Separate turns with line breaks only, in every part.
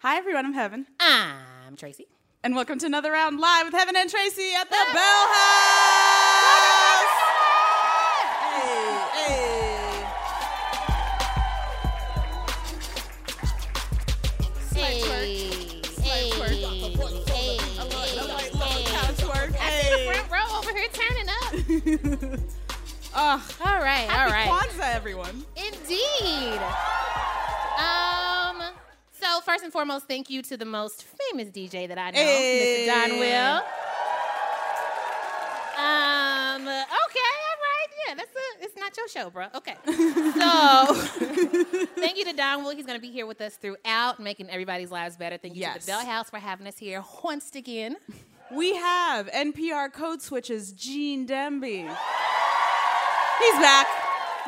Hi, everyone. I'm Heaven,
I'm Tracy.
and welcome to another round live with Heaven and Tracy at the Bell House. Slight twerk. Slight twerk. I love- I like love a couch twerk. Hey.
Front row over here turning up.
Oh,
All right, all
happy
right.
Kwanzaa, everyone.
Indeed. Um. So first and foremost, thank you to the most famous DJ that I know,
Hey.
Mr. Don Will. Um. Okay. All right. Yeah. That's a. It's not your show, bro. Okay. So thank you to Don Will. He's going to be here with us throughout, making everybody's lives better. Thank you to
Yes.
the Bell House for having us here once again.
We have NPR code switches Gene Demby. He's back.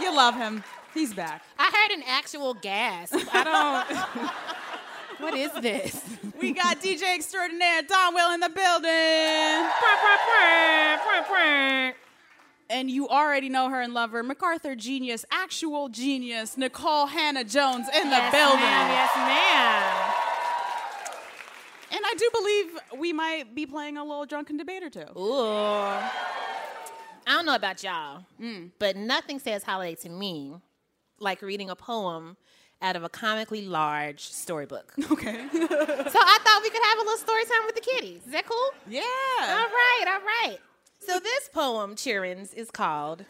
You love him. He's back.
I heard an actual gasp. I don't. what is this?
We got DJ extraordinaire Don Will in the building. And you already know her and love her. MacArthur genius, actual genius, Nicole Hannah Jones in the building.
yes, ma'am.
And I do believe we might be playing a little drunken debate or two.
Ooh. I don't know about y'all, but nothing says holiday to me like reading a poem out of a comically large storybook. so
Okay.
I thought we could have a little story time with the kiddies. Is that cool?
yeah.
All right, all right. So this poem, Cheerins, is called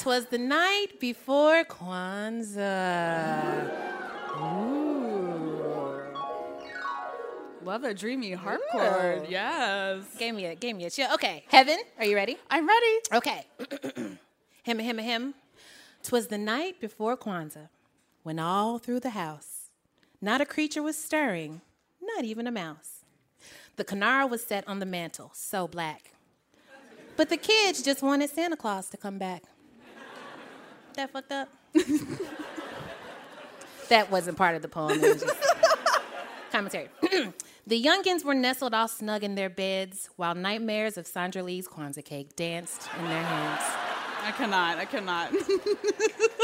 "Twas the Night Before Kwanzaa."
Love a dreamy harp chord.
Ooh.
Yes.
Gave me a, gave me a chill. Okay, Heaven, are you ready?
I'm ready.
Okay. him, him, him. Twas the night before Kwanzaa, when all through the house, not a creature was stirring, not even a mouse. The canara was set on the mantel, so black. But the kids just wanted Santa Claus to come back. That fucked up. that wasn't part of the poem. It was just commentary. the youngins were nestled all snug in their beds while nightmares of Sandra Lee's Kwanzaa cake danced in their hands.
I cannot. I cannot.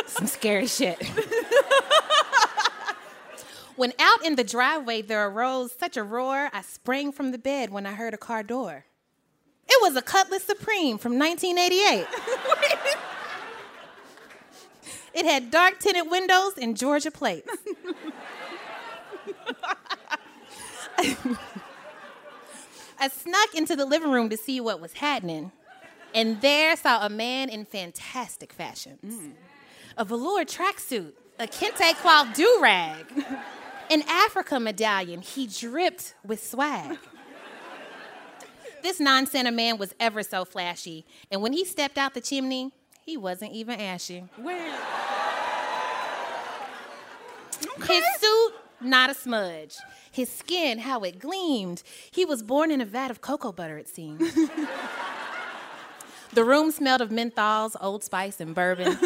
Some scary shit. when out in the driveway there arose such a roar, I sprang from the bed when I heard a car door. It was a Cutlass Supreme from 1988. it had dark tinted windows and Georgia plates. I snuck into the living room to see what was happening, and there saw a man in fantastic fashions a velour tracksuit, a kente cloth do rag, an Africa medallion. He dripped with swag. This non Santa man was ever so flashy, and when he stepped out the chimney, he wasn't even ashy.
Wait.
His suit, not a smudge. His skin, how it gleamed. He was born in a vat of cocoa butter, it seemed. the room smelled of menthols, Old Spice, and bourbon.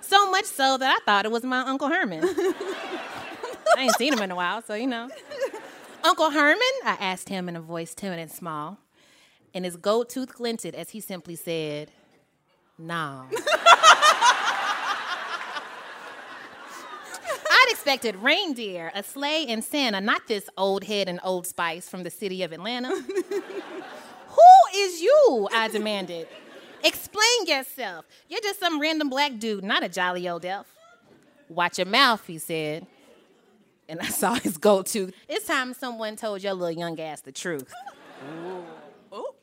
so much so that I thought it was my Uncle Herman. I ain't seen him in a while, so you know. Uncle Herman? I asked him in a voice timid and small. And his gold tooth glinted as he simply said, Nah. I'd expected reindeer, a sleigh, and Santa, not this old head and old spice from the city of Atlanta. Who is you? I demanded. Explain yourself. You're just some random black dude, not a jolly old elf. Watch your mouth, he said. And I saw his go to. It's time someone told your little young ass the truth.
Oh.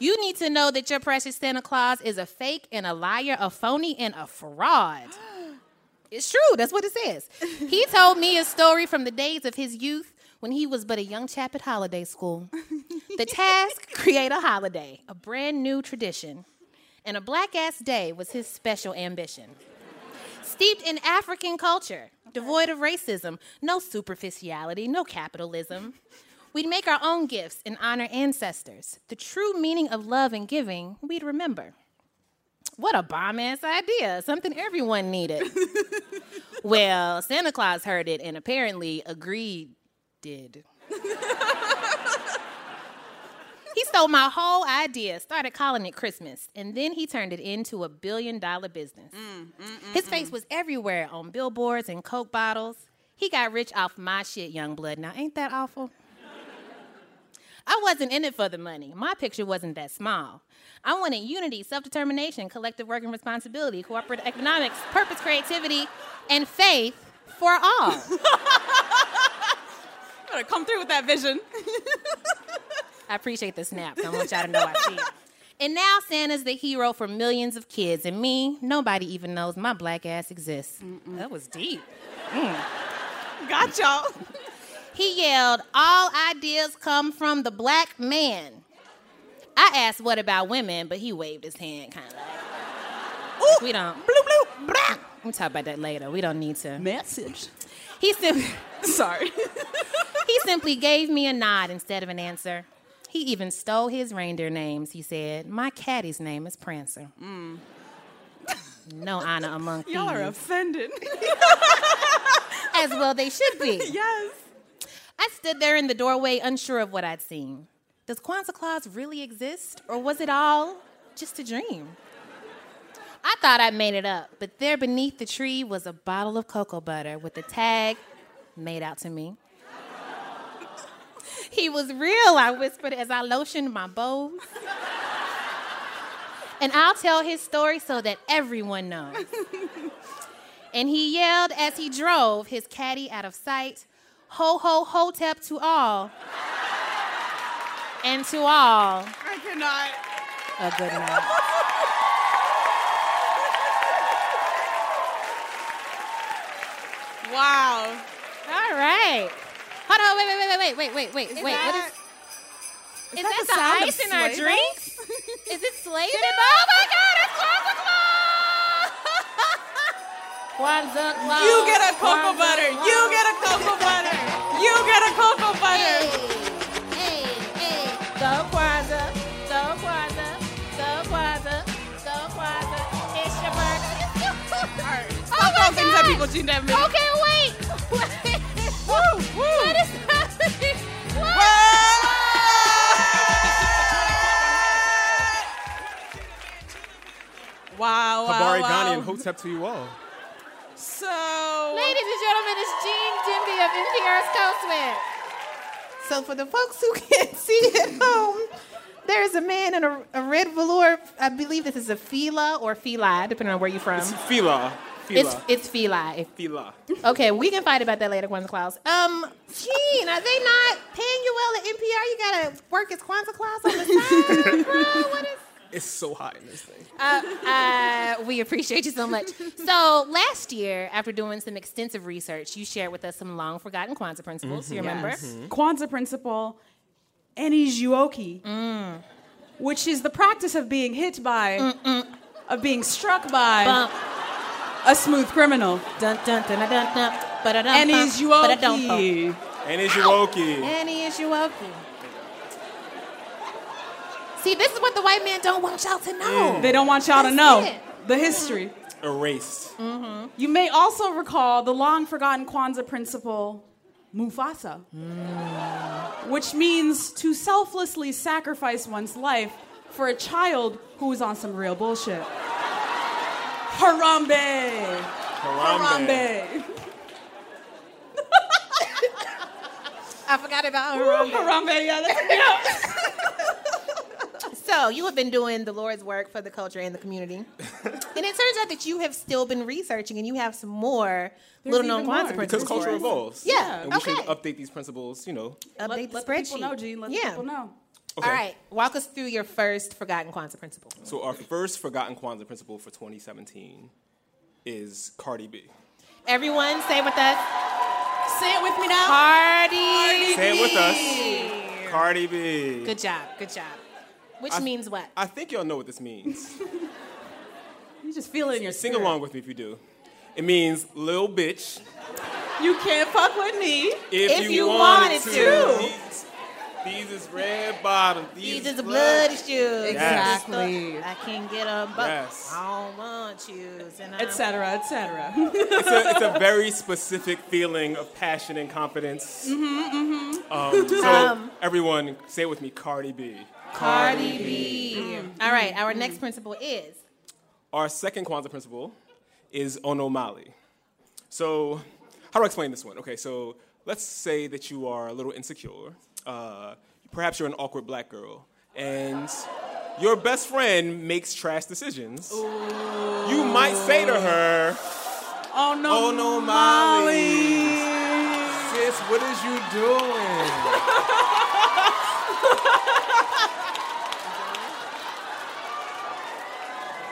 You need to know that your precious Santa Claus is a fake and a liar, a phony and a fraud. It's true. That's what it says. He told me a story from the days of his youth when he was but a young chap at holiday school. The task create a holiday, a brand new tradition. And a black ass day was his special ambition. Steeped in African culture, devoid of racism, no superficiality, no capitalism. We'd make our own gifts and honor ancestors. The true meaning of love and giving, we'd remember. What a bomb ass idea, something everyone needed. well, Santa Claus heard it and apparently agreed. Did. he stole my whole idea, started calling it Christmas, and then he turned it into a billion dollar business. His face was everywhere on billboards and Coke bottles. He got rich off my shit, young blood. Now, ain't that awful? I wasn't in it for the money. My picture wasn't that small. I wanted unity, self determination, collective work and responsibility, cooperative economics, purpose, creativity, and faith for all.
Gotta come through with that vision.
I appreciate the snap. I want y'all to know I see it. And now Santa's the hero for millions of kids, and me, nobody even knows my black ass exists.
Mm,
That was deep.
Got y'all.
He yelled, All ideas come from the black man. I asked, What about women? But he waved his hand, kind of like. Ooh, we don't.
Blue, blue, black.
We'll talk about that later. We don't need to.
Message.
He simply.
Sorry.
He simply gave me a nod instead of an answer. He even stole his reindeer names. He said, My caddy's name is Prancer. No honor among thieves.
Mm. Y'all are offended.
As well they should be.
yes.
I stood there in the doorway, unsure of what I'd seen. Does Kwanzaa Claus really exist, or was it all just a dream? I thought I'd made it up, but there beneath the tree was a bottle of cocoa butter with the tag made out to me. he was real, I whispered as I lotioned my bows. and I'll tell his story so that everyone knows. And he yelled as he drove his caddy out of sight, Ho, ho, ho, tap to all. And to all,
I cannot.
a good night.
Wow.
All right. Hold on, wait, wait, wait, wait, wait, wait, wait, wait. What is, is, that,
sound
the
of
ice in our
slaving?
drinks? is it slaving? Oh my God, it's Kwanzaa Claus! Kwanzaa Claus.
You get a cocoa
Kwanzaa
butter.
Claus.
You get a cocoa butter. You get a cocoa butter.
Hey, hey, go Kwanzaa, go Kwanzaa, go Kwanzaa, go Kwanzaa. It's your birthday.
All right. Stop
Oh my Oh
all things that
God.
people Gene Demby.
Okay, wait. Wait.
Woo, woo.
What is happening? What?
Wow, wow,
Habari Ghani
wow.
and Hotep to you all.
so,
Ladies and gentlemen, it's Jean Demby of NPR's Coastwit.
So for the folks who can't see at home, there is a man in a, a red velour. I believe this is a fila or fila, depending on where you're from.
It's Fila.
It's
Fila.
it's fila. If-
Fila.
Okay, we can fight about that later, Kwanzaa Claus. Um, Jean, are they not paying you well at NPR? You gotta work as Kwanzaa Claus on the side, bro. What is?
It's so hot in this thing.
uh, we appreciate you so much. So last year, after doing some extensive research, you shared with us some long forgotten Kwanzaa principles. You remember?
yes. Kwanzaa principle, Enijuoki,
Mm.
which is the practice of being hit by, of being struck by
Bump.
a smooth criminal.
Dun dun dun dun dun. dun. Ba-da-dum, bum, ba-da-dum,
Enijuoki.
And it's Yoki.
bum. Annie is you up? See, this is what the white man don't want y'all to know.
They don't want y'all to
That's
know
it.
the history.
Erased.
You may also recall the long forgotten Kwanzaa principle, Mufasa,
Mm.
which means to selflessly sacrifice one's life for a child who is on some real bullshit. Harambe!
Harambe.
Harambe!
I forgot about um,
Ooh, Harambe, yeah, that's
So you have been doing the Lord's work for the culture and the community, and it turns out that you have still been researching, and you have some more little known
even more.
Kwanzaa
Because
principles.
culture
for us.
evolves.
Yeah,
And we should
okay.
update these principles, you know.
Let,
Update the
let the
spreadsheet.
people know, Gene. Let the
yeah.
people know.
Okay.
All right, walk us through your first forgotten Kwanzaa principle.
So our first forgotten Kwanzaa principle for 2017 is Cardi B.
Everyone, say with us,
Say it with me now.
Cardi.
Say it with us. Cardi B.
Good job, good job. Which
I-
means what?
I think y'all know what this means.
You just feel it in your
Sing
spirit.
along with me if you do. It means little bitch.
You can't fuck with me.
If,
If you wanted to.
These, these is red bottom. These,
These is the blood issues.
Yes.
Exactly.
I can get a but
Yes.
I don't want you. and I'm-
Et cetera, et cetera.
It's a, it's a very specific feeling of passion
Um,
and confidence. Mm-hmm, mm-hmm. Um, so everyone, say it with me, Cardi B.
Cardi B. Mm. All right, our next principle is
Our second Kwanzaa principle is onomali. So, how do I explain this one? Okay, so let's say that you are a little insecure. Uh, perhaps you're an awkward black girl, and your best friend makes trash decisions. You might say to her,
Oh no,
Onomali. Sis, what is you doing?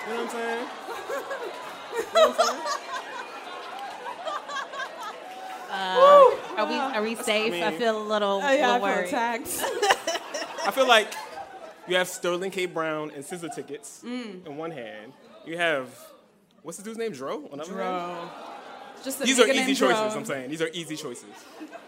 you know what I'm saying?
are we are we safe? I,
mean-
feel a little,
Oh, yeah, I
little
feel
worried.
attacked.
I feel like you have Sterling K. Brown and scissor tickets in one hand. You have what's the dude's name? Dro. On the other hand?
Just a
These are
nigga
easy
named
choices.
Joe.
I'm saying these are easy choices.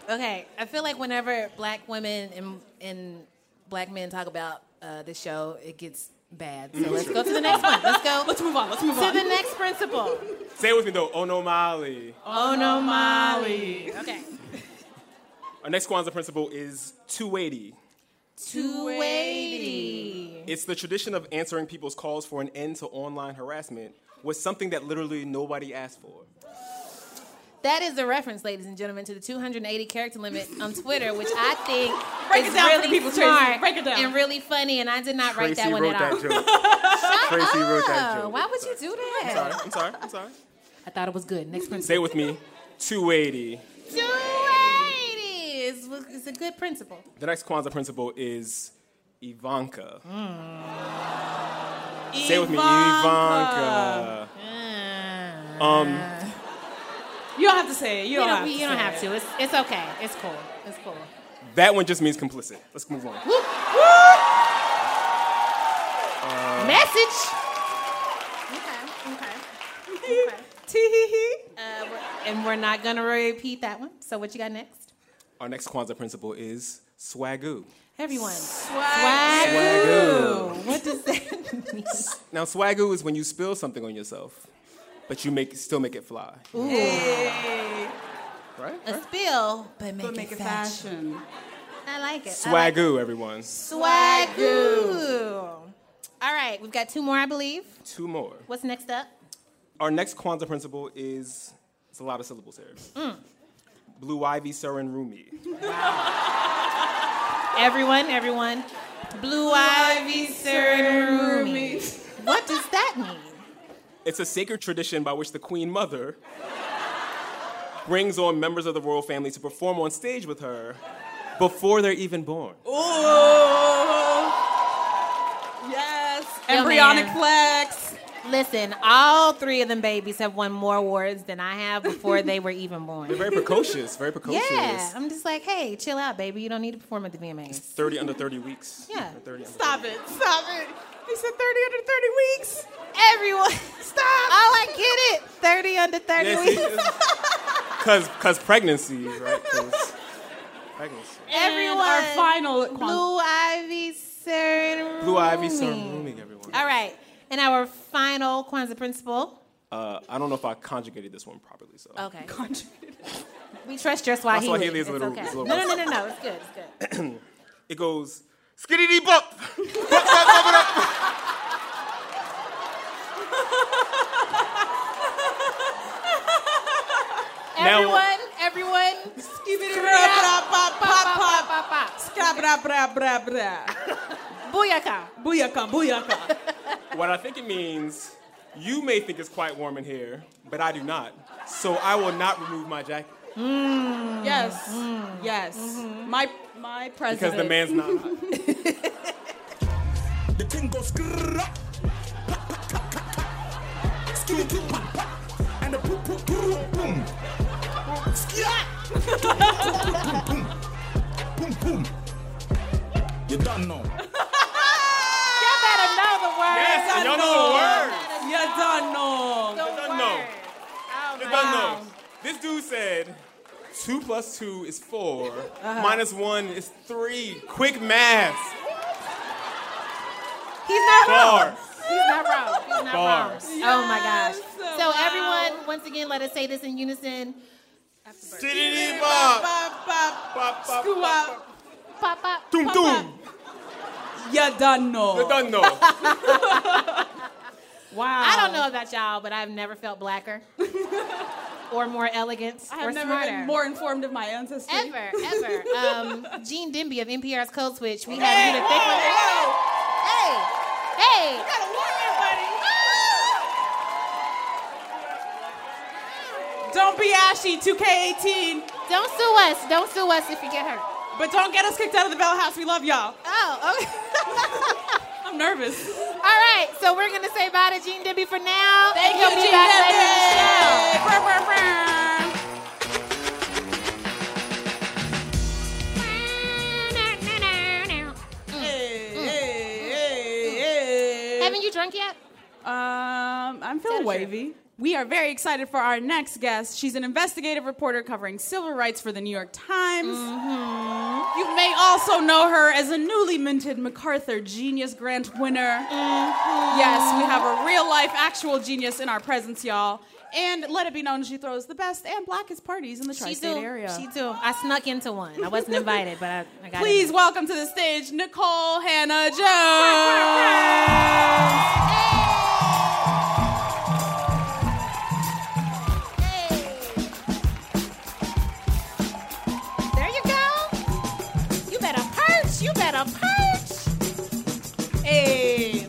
Okay, I feel like whenever black women and and black men talk about uh, the show, it gets bad. So let's go to the next one. Let's go
Let's move on. Let's move
to
on.
the next principle.
Say it with me though. Oh, Onomali.
Oh,
Onomali. Okay.
Our next Kwanzaa principle is 280.
280.
It's the tradition of answering people's calls for an end to online harassment with something that literally nobody asked for.
That is the reference, ladies and gentlemen, to the 280 character limit on Twitter, which I think
Break it
is
down for
really
the people, Tracy.
smart
Break it down.
and really funny. And I did not write that one at all.
joke. Tracy wrote that
Oh,
joke.
why would you do that?
Sorry, I'm sorry. I'm sorry.
I thought it was good. Next principle.
Say it with me. 280.
280 is is a good principle.
The next Kwanzaa principle is Ivanka. Say it with me, Ivanka. Um,
You don't have to say it. You
You
don't,
don't,
have,
you
to
don't
say
have
it.
to. It's, it's okay. It's cool. It's cool.
that one just means complicit. Let's move on.
Uh,
Message. Okay. Okay. okay. Uh, we're- and we're not gonna repeat that one. So what you got next?
Our next Kwanzaa principle is swagoo.
Everyone.
Swag.
Swagoo.
What does that mean?
Now, swagoo is when you spill something on yourself, but you make still make it fly. Right?
A spill, but make,
But make
it,
it
fashion.
fashion.
I like it. I like
Swagoo, everyone.
Swagoo. All right, we've got two more, I believe.
Two more.
What's next up?
Our next Kwanzaa principle is it's a lot of syllables here.
Mm.
Blue Ivy Surin Rumi.
Everyone, everyone. Blue Ivy Ceremony. What does that mean?
It's a sacred tradition by which the Queen Mother brings on members of the royal family to perform on stage with her before they're even born.
Ooh. Yes. Embryonic
man.
flex.
Listen, all three of them babies have won more awards than I have before they were even born.
Very precocious, very precocious.
Yeah, I'm just like, hey, chill out, baby. You don't need to perform at the VMAs.
30 under 30 weeks.
Yeah.
Or 30 under
Stop
30.
it. Stop it. He said 30 under 30 weeks.
Everyone, stop. Oh, I get it. 30 under 30 weeks.
Because cause pregnancy, right? 'Cause pregnancy.
Everyone.
Everyone.
our final
Blue Ivy Ceremony.
Blue Ivy Surin Rumi, everyone.
All right. And our final Kwanzaa principle.
Uh, I don't know if I conjugated this one properly, so.
Okay.
conjugated.
We trust your Swahili.
Swahili is
It's
a little-
okay.
is a little
no, no, no, no, no. It's good. It's good.
It goes, skiddy bop! Bop, bop, bop, bop. Now-
Everyone, everyone,
Booyaka,
pop, pop, pop.
booyaka.
Booyaka.
Booyaka.
What I think it means, you may think it's quite warm in here, but I do not. So I will not remove my jacket
Yes. Yes. My my president.
because the man's not hot.
The thing goes skrrr up. Skitty doo pop, pop. And the poo poo poo boom. Skia. Boom boom. You don't know.
Y'all better know the word.
Yes, and y'all know
You don't know.
the
Y'all know.
word. Oh, my
the word. Y'all
God.
know. This dude said, two plus two is 4 minus one is three. Quick math.
He's not wrong.
Bars.
He's not wrong. He's not
Bars.
wrong. Oh my gosh.
Yes.
So
Wow.
everyone, once again, let us say this in unison.
Skiddy bop.
Ba, ba,
Bop, bop,
Scoop
bop,
up.
Pop, pop.
Doom,
Pop,
doom.
You done know.
Done know.
Wow.
I don't know about y'all, but I've never felt blacker or more elegant
I have
or
never
smarter.
been more informed of my ancestry.
ever, ever. Um, Gene Demby of NPR's Code Switch. We had to get a thick one. Hey, hey.
Don't be ashy, 2K18.
Don't sue us. Don't sue us if you get hurt.
But don't get us kicked out of the Bell House. We love y'all.
Oh, okay.
I'm nervous.
All right. So we're gonna say bye to Gene Demby for now. and he'll be
Gene
back later in the show.
Demby. Brr, brr, brr. Hey, hey, hey, hey.
Haven't you drunk yet?
Um, I'm feeling
Sounds good.
wavy. We are very excited for our next guest. She's an investigative reporter covering civil rights for the New York Times.
Mm-hmm.
You may also know her as a newly minted MacArthur Genius Grant winner.
Mm-hmm.
Yes, we have a real life, actual genius in our presence, y'all. And let it be known she throws the best and blackest parties in the tri
She
state
do.
area.
She do. I snuck into one. I wasn't invited, but I, I got
Please
in.
welcome to the stage Nicole Hannah Jones.
There you go. You better perch. You better perch.
Hey.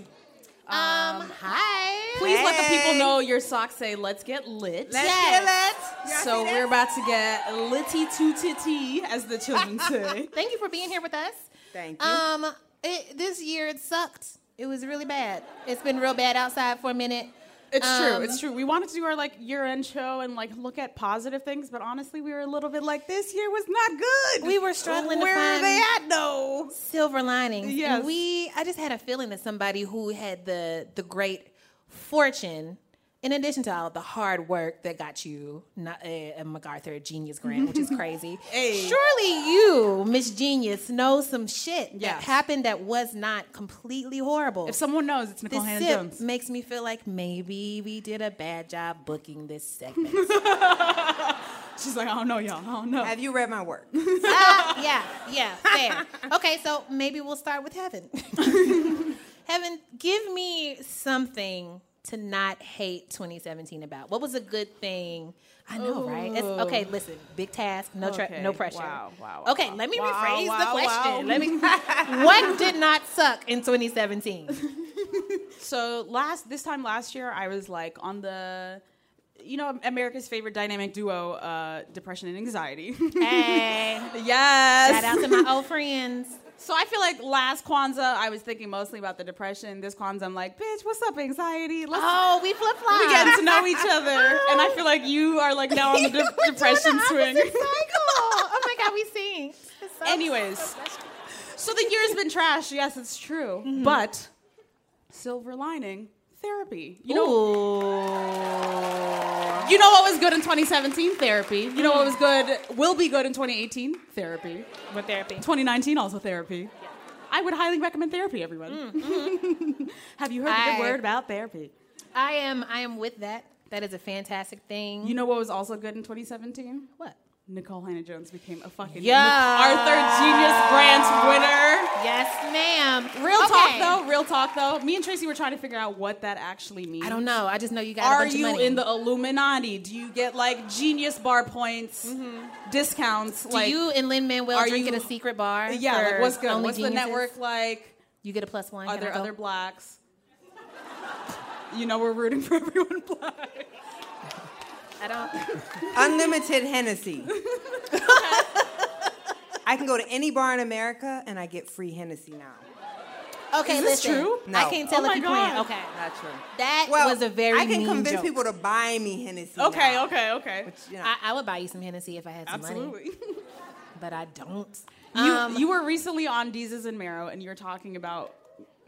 Um, hi.
Please let the people
Hey.
know your socks say "Let's get lit."
Let's get
Yes.
it.
so we're about to get litty to titty, as the children say.
Thank you for being here with us.
Thank you.
Um, it, this year it sucked. It was really bad. It's been real bad outside for a minute.
It's
Um,
true. It's true. We wanted to do our like year-end show and like look at positive things, but honestly, we were a little bit like this year was not good.
We were struggling to
Where
find-
are they at? No.
silver linings.
Yes.
And we I just had a feeling that somebody who had the the great fortune in addition to all the hard work that got you not a, a MacArthur Genius Grant, which is crazy,
Hey.
surely you, Miss Genius, know some shit that
Yes.
happened that was not completely horrible.
If someone knows, it's Nicole
this
Hannah
sip
Jones.
makes me feel like maybe we did a bad job booking this segment.
She's like, I don't know, y'all. I don't know.
Have you read my work?
Ah, yeah, yeah, fair. Okay, so maybe we'll start with heaven. heaven, give me something to not hate 2017 about. What was a good thing? I know, right? It's, okay, listen, big task, no tra-
Okay,
no pressure.
wow, wow, wow,
okay,
wow.
let me
Wow,
rephrase the
wow,
question.
wow.
Let me. what did not suck in 2017?
So last this time last year, I was like on the, you know, America's favorite dynamic duo, uh, depression and anxiety.
hey,
yes.
shout out to my old friends.
So I feel like last Kwanzaa, I was thinking mostly about the depression. This Kwanzaa, I'm like, bitch, what's up, anxiety? Let's
Oh, we flip flop.
we getting to know each other. And I feel like you are like now on the de- depression swing.
oh my god, we sing. It's so- Oh,
Anyways, so the year's been trash. Yes, it's true.
Mm-hmm.
But silver lining, therapy. You know, you know what was good in 2017? Therapy. You know what was good, will be good in 2018? Therapy.
with therapy.
2019 also therapy. I would highly recommend therapy, everyone. Have you heard the
Mm, I-
good word about therapy?
I am I am with that. That is a fantastic thing.
You know what was also good in 2017?
what?
Nicole Hannah Jones became a fucking
Yeah.
MacArthur Genius Grant
Yes, ma'am.
winner. Real
Okay.
talk though, real talk though. Me and Tracy were trying to figure out what that actually means.
I don't know. I just know you got a
Are
bunch
you
of money.
in the Illuminati? Do you get like genius bar points, discounts?
Mm-hmm. Do you and Lynn Manuel
are
drink at
you-
a secret bar?
yeah, like
for
what's good?
only
What's the
geniuses?
network like?
You get a plus one.
Are
Can I
there
go?
other blacks? you know we're rooting for everyone black.
I don't.
Unlimited Hennessy. I can go to any bar in America and I get free Hennessy now.
Okay,
Is this
listen.
true?
No.
I can't tell
Oh
if
my
you playing.
God.
Okay,
Not true.
that was a very.
I can
mean
convince
joke.
people to buy me Hennessy.
Okay,
now.
okay, okay.
You know,
I, I would buy you some Hennessy if I had some money,
Absolutely.
but I don't.
You,
Um,
you were recently on Deezes and Marrow, and you were talking about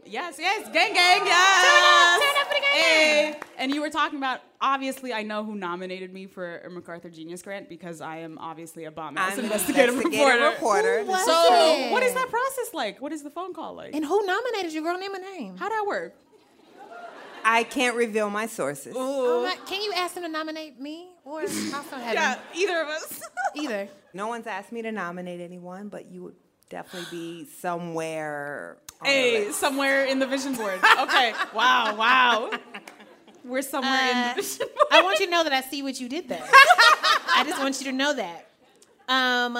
yes, yes, gang, gang, yes.
Turn it up, turn it up for the gang,
Hey. And you were talking about obviously I know who nominated me for a MacArthur Genius Grant because I am obviously a bomb ass
I'm an
investigative, reporter.
reporter.
Who was
So
it?
what is that process like? What is the phone call like?
And who nominated you? Girl, name a name.
How'd that work?
I can't reveal my sources.
Oh my- can you ask them to nominate me or also have
Yeah, either of us.
either?
No one's asked me to nominate anyone, but you would definitely be somewhere on the
Hey,
list.
somewhere in the vision board. Okay. wow, wow. We're somewhere in
Uh,
the vision board.
I want you to know that I see what you did there. I just want you to know that. Um,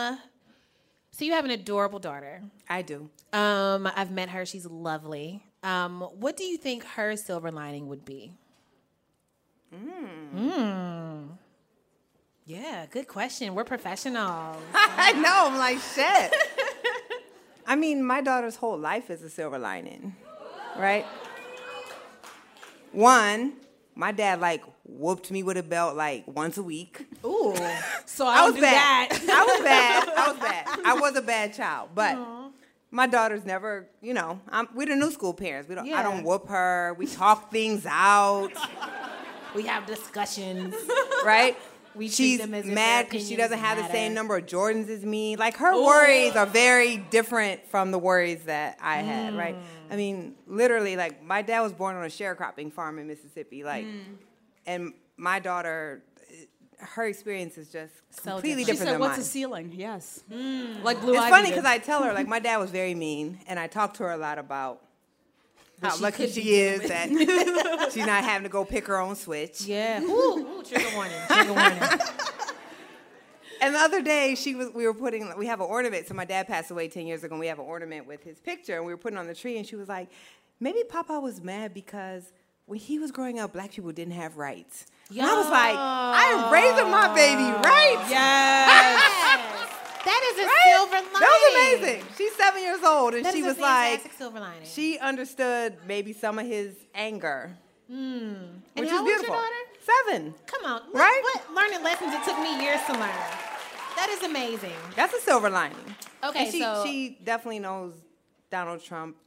so you have an adorable daughter.
I do.
Um, I've met her. She's lovely. Um, what do you think her silver lining would be? Mm. Yeah, good question. We're professionals.
I know. I'm like, shit. I mean, my daughter's whole life is a silver lining, right? One, my dad like whooped me with a belt like once a week.
Ooh.
So I,
I
will
was
do that.
bad. I was bad. I was bad. I was a bad child, but my daughter's never. You know, I'm, we're the new school parents. We don't. I
Yeah.
don't whoop her. We talk things out,
We have discussions.
right?
We treat
She's
them as if their
mad because she
opinions
doesn't have the same
matter.
number of Jordans as me. Like her worries are very different from the worries that I had, right?
Mm.
I mean, literally, like my dad was born on a sharecropping farm in Mississippi, like,
Mm.
and my daughter, her experience is just
So
completely
different.
She
different,
said,
than
"What's
mine.
a ceiling?" Yes, like blue.
It's
Ivy
funny
did.
because I tell her like my dad was very mean, and I talk to her a lot about how
she
lucky
could be
she is that she's not having to go pick her own switch.
Yeah. Ooh, ooh, trigger warning. Trigger warning.
And the other day, she was we were putting we have an ornament. So my dad passed away ten years ago, and we have an ornament with his picture, and we were putting it on the tree, and she was like, maybe Papa was mad because. When he was growing up, black people didn't have rights. And I was like, I am raising my baby right.
Yes.
That is a silver lining.
That was amazing. She's seven years old, and
That
she
is a
was like,
fantastic silver lining.
She understood maybe some of his anger,
Hmm. and
which
how
is
old is
beautiful.
your daughter?
Seven.
Come on. Look,
Right?
What learning lessons it took me years to learn. That is amazing.
That's a silver lining.
Okay,
And she,
so
she definitely knows Donald Trump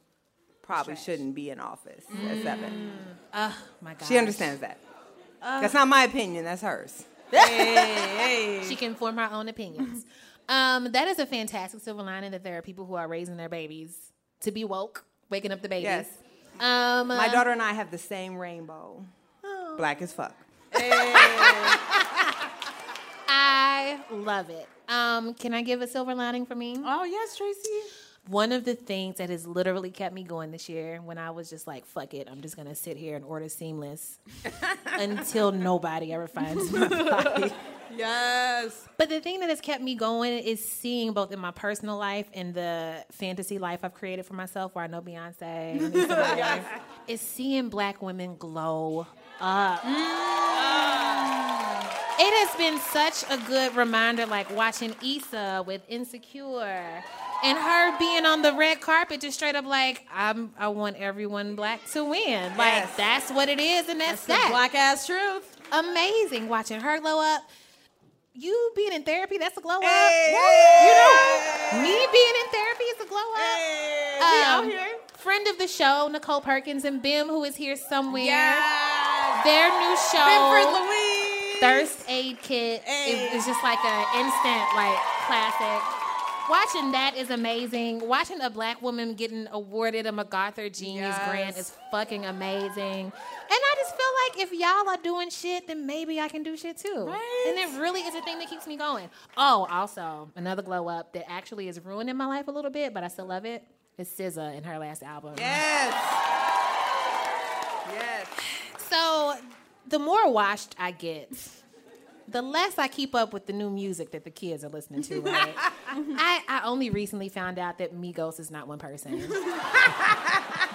probably
Trash. Mm.
shouldn't be in office at seven.
oh my God.
She understands that.
Uh,
that's not my opinion. That's hers.
She can form her own opinions. um, that is a fantastic silver lining that there are people who are raising their babies to be woke, waking up the babies.
Yes.
Um,
My daughter and I have the same rainbow.
Oh.
Black as fuck.
I love it. Um, can I give a silver lining for me?
oh yes, Tracy.
One of the things that has literally kept me going this year when I was just like, fuck it, I'm just gonna sit here and order seamless until nobody ever finds my body.
Yes.
But the thing that has kept me going is seeing both in my personal life and the fantasy life I've created for myself, where I know Beyonce and Lisa Loeb, is seeing black women glow up. It has been such a good reminder, like watching Issa with Insecure and her being on the red carpet, just straight up like, I'm, I want everyone black to win. Like,
Yes.
that's what it is, and that's,
The
that
black ass truth.
amazing watching her glow up. You being in therapy, that's a glow up.
Hey!
Woo! You know, me being in therapy is a glow up.
Hey,
Um,
we out here.
Friend of the show, Nicole Perkins and Bim, who is here somewhere.
Yes.
Their new show,
Benford Louise.
Thirst Aid Kit,
Hey.
is, is just like an instant, like classic. Watching that is amazing. Watching a black woman getting awarded a MacArthur Genius
Yes.
Grant is fucking amazing. And I just feel like if y'all are doing shit, then maybe I can do shit too.
Right?
And it really is a thing that keeps me going. Oh, also, another glow up that actually is ruining my life a little bit, but I still love it. Is SZA in her last album.
Yes. Yes.
So the more washed I get, the less I keep up with the new music that the kids are listening to, right? I, I only recently found out that Migos is not one person. uh,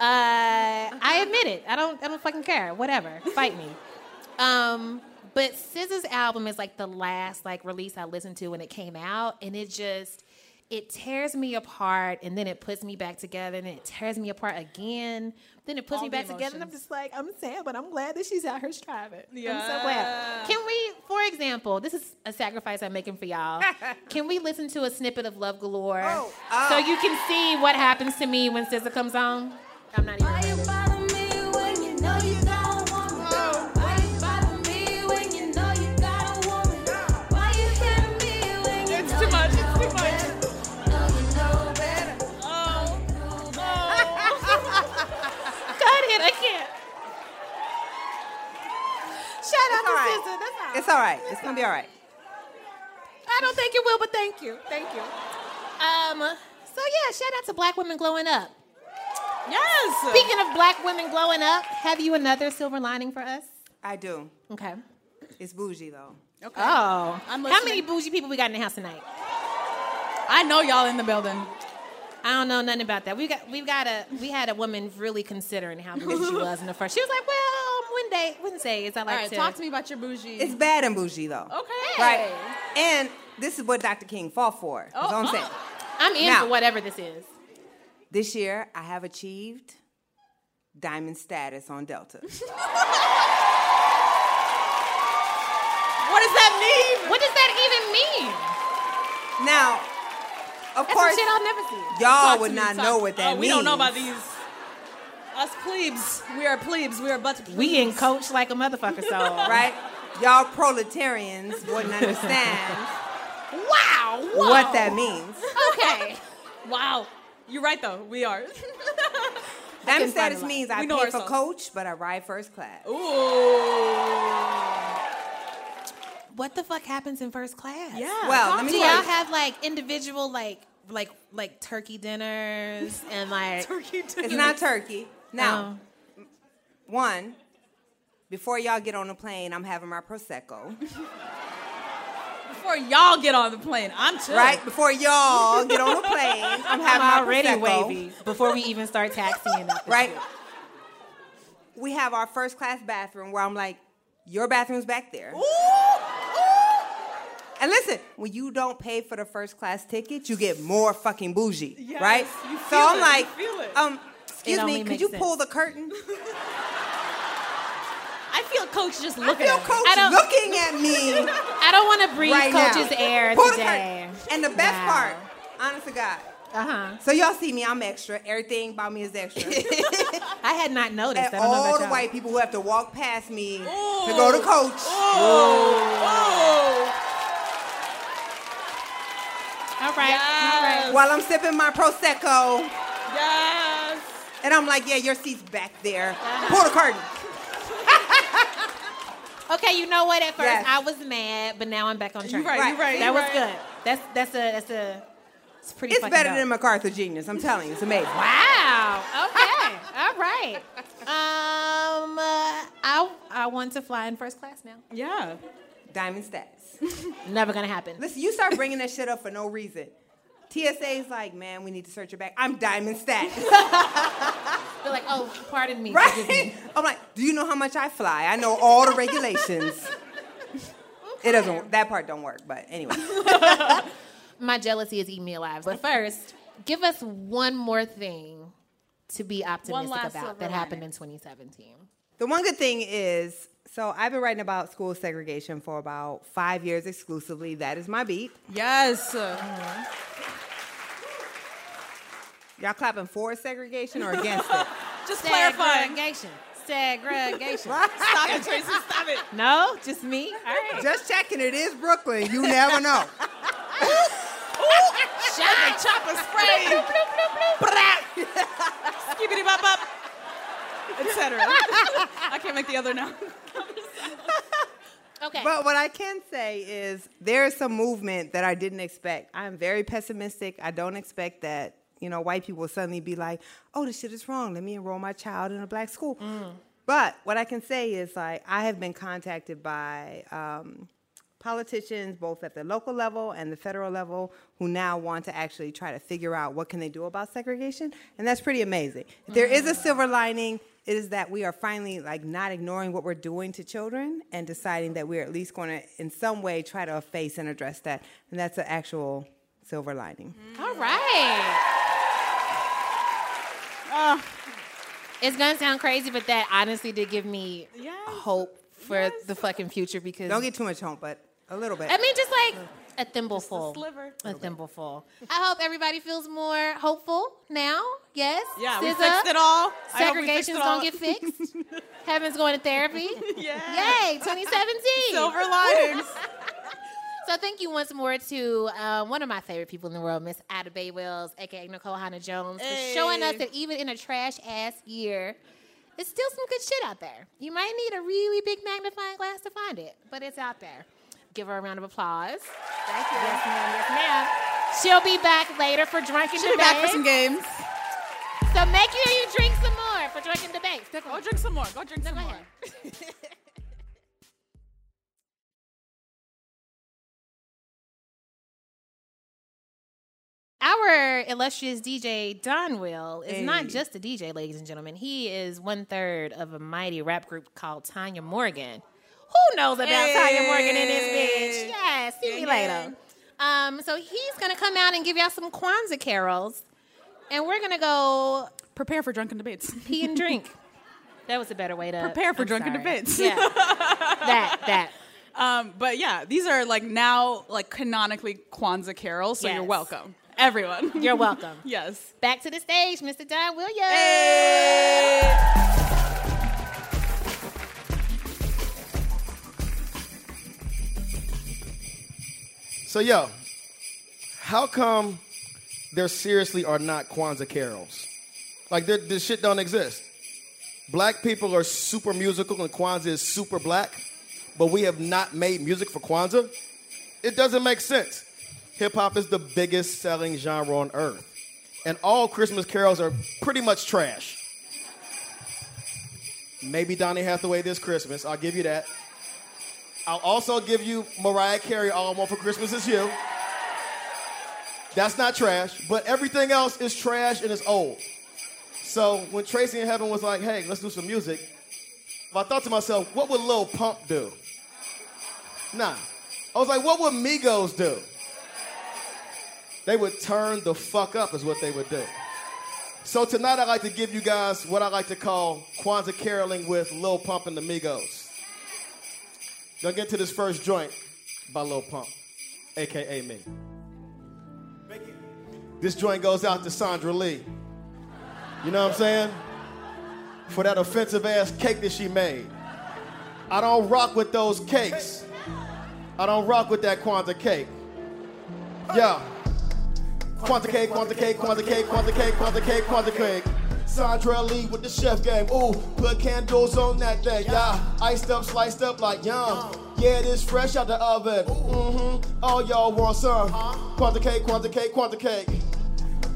Uh, I admit it. I don't I don't fucking care. Whatever. Fight me. Um, but SZA's album is like the last like release I listened to when it came out, and it just it tears me apart, and then it puts me back together, and it tears me apart again. Then it puts
All
me
the
back together, and I'm
emotions.
just like, I'm sad, but I'm glad that she's out here striving. I'm so
Yeah.
Uh.
glad. Can we, for example, this is a sacrifice I'm making for y'all. can we listen to a snippet of Love Galore
Oh, oh.
so you can see what happens to me when SZA comes on? I'm not even.
It's too much. It's too much.
Cut it. I can't. Shout out
It's all
to
right.
SZA. That's all.
It's all right. It's gonna be all right.
I don't think it will, but thank you. Thank you. Um, So yeah, shout out to black women glowing up.
Yes.
Speaking of black women glowing up, have you another silver lining for us?
I do.
Okay.
It's bougie though.
Okay.
Oh.
I'm
How many
listening.
bougie people we got in the house tonight?
I know y'all in the building.
I don't know nothing about that. We got we got a we had a woman really considering how bougie she was in the first. She was like, "Well, um, Wednesday, Wednesday is I like
All right,
to
talk to me about your bougie.
It's bad and bougie though.
okay.
Right. And this is what Dr. King fought for. That's all I'm
Uh-huh.
saying.
I'm in
Now.
for whatever this is."
This year, I have achieved diamond status on Delta.
What does that mean?
What does that even mean?
now, of
That's
course,
some shit I'll never see.
Talk
y'all
to
would
me,
not
talk-
know what that
Oh,
means.
We don't know about these. Us plebes. We are plebes. We are but plebes.
We in coach like a motherfucker, so
Right? Y'all proletarians wouldn't understand
Wow, whoa.
what that means.
Okay, wow.
You're right though. We are.
Diamond
find a
status
lot.
means
We
I
know Oh,
pay for
ourselves.
coach, but I ride first class.
Ooh.
What the fuck happens in first class?
Yeah.
Well,
talk
let me
Do
to
y'all
tell
us.
you.
have like individual like like like turkey dinners and like
Turkey
It's
dinner.
not turkey. Now,
Oh.
um,
one, before y'all get on the plane, I'm having my Prosecco.
Before y'all get on the plane, I'm chill.
Right? Before y'all get on the plane, I'm having my
I'm already
Prosecco.
wavy before we even start taxiing up. this
right?
shit.
We have our first class bathroom where I'm like, your bathroom's back there. And listen, when you don't pay for the first class ticket, you get more fucking bougie,
Yes,
right?
you
so
feel
I'm
it,
like,
you feel it.
um,
It
excuse
only
me, could
makes
you
sense.
pull the curtain?
I feel coach just
I
looking
feel
at me.
coach
I don't-
looking at me
I don't want to breathe
right
coach's
now.
air
Pull the
today.
curtain. And the best part, honest to God,
Uh huh.
so y'all see me, I'm extra. Everything about me is extra.
I had not noticed.
and
I don't know
all
about
the
y'all.
white people who have to walk past me to go to coach.
Oh.
All right. All right.
While I'm sipping my prosecco,
Yes.
and I'm like, "Yeah, your seat's back there. Pull the curtain."
Okay, you know what? At first
Yes.
I was mad, but now I'm back on track.
You right,
Right.
you right.
That
you
was
right.
good. That's that's a that's a it's pretty.
It's
fucking
better
dope.
than MacArthur Genius. I'm telling you, it's amazing.
Wow. Okay. All right. Um, uh, I I want to fly in first class now.
Yeah.
Diamond stats.
Never gonna happen.
Listen, you start bringing that shit up for no reason. TSA's like, man, we need to search your back. I'm diamond stats,
They're like, oh, pardon me. forgive me.
right? I'm like, do you know how much I fly? I know all the regulations. It doesn't. That part don't work. But anyway,
My jealousy is eating me alive. But first, give us one more thing to be optimistic
last
about
silver
that happened
lining.
in 2017.
the one good thing is, so I've been writing about school segregation for about five years exclusively. That is my beat.
Yes.
Y'all clapping for segregation or against it?
Just clarifying.
Segregation. Segregation.
Stop it, Tracy. Stop it.
no, just me. All right.
Just checking. It is Brooklyn. You never know.
Shot. Chopper spray. Skibbity bop bop. Etc. I can't make the other now.
Okay.
But what I can say is there is some movement that I didn't expect. I'm very pessimistic. I don't expect that, you know, white people will suddenly be like, oh, this shit is wrong. Let me enroll my child in a black school. But what I can say is, like, I have been contacted by um, politicians, both at the local level and the federal level, who now want to actually try to figure out what can they do about segregation, and that's pretty amazing. If there is a
Mm.
silver lining, it is that we are finally like not ignoring what we're doing to children and deciding that we're at least going to, in some way, try to face and address that, and that's an actual silver lining.
Mm.
All right. It's gonna sound crazy, but that honestly did give me
Yes.
hope for the fucking future because
Don't get too much hope, but a little bit.
I mean just like a thimbleful.
sliver.
A thimbleful. I hope everybody feels more hopeful now. Yes.
Yeah, we
SZA.
fixed it all. I hope we fixed it
Segregation's
all.
gonna get fixed. Heaven's going to therapy.
Yeah.
Yay, 2017.
Silver linings.
So thank you once more to um, one of my favorite people in the world, Miss Ada Bay Wells, aka Nicole Hannah Jones,
Hey.
for showing us that even in a trash ass year, there's still some good shit out there. You might need a really big magnifying glass to find it, but it's out there. Give her a round of applause. Thank you. Yes, ma'am. Yes, ma'am. She'll be back later for drink and
Should be
debate.
back for some games.
so make sure you drink some more for drink and debate.
Go drink some more. Go drink some
Go
more.
ahead. Our illustrious DJ Don Will is not just a DJ, ladies and gentlemen. He is one third of a mighty rap group called Tanya Morgan. Who knows about Tanya Morgan in this bitch? Yeah, see me later. Um, so he's gonna come out and give y'all some Kwanzaa carols, and we're gonna go
Prepare for drunken debates.
pee and drink. That was a better way to
Prepare for
I'm
drunken
sorry.
debates.
Yeah, that that.
Um, but yeah, these are like now like canonically Kwanzaa carols, so
Yes.
you're welcome, everyone.
You're welcome.
yes.
Back to the stage, Mr. Don Williams.
So yo, how come there seriously are not Kwanzaa carols? Like there- this shit don't exist. Black people are super musical and Kwanzaa is super black, but we have not made music for Kwanzaa. It doesn't make sense. Hip hop is the biggest selling genre on earth, and all Christmas carols are pretty much trash. Maybe Donny Hathaway this Christmas. I'll give you that. I'll also give you Mariah Carey, All I Want for Christmas Is You. That's not trash, but everything else is trash and it's old. So when Tracy in Heaven was like, hey, let's do some music, I thought to myself, what would Lil Pump do? Nah. I was like, what would Migos do? They would turn the fuck up, is what they would do. So tonight I'd like to give you guys what I like to call Kwanzaa caroling with Lil Pump and the Migos. Gonna get to this first joint by Lil Pump, aka me. This joint goes out to Sandra Lee. You know what I'm saying? For that offensive ass cake that she made. I don't rock with those cakes. I don't rock with that Kwanzaa cake. Yeah. Quanta cake, quanta cake, quanta cake, quanta cake, quanta cake, quanta cake. Sandra Lee with the chef game. Ooh, put candles on that thing. Yeah, iced up, sliced up like yum. Yeah, it is fresh out the oven. Mm-hmm. All y'all want some. Quanta cake, quanta cake, quanta cake.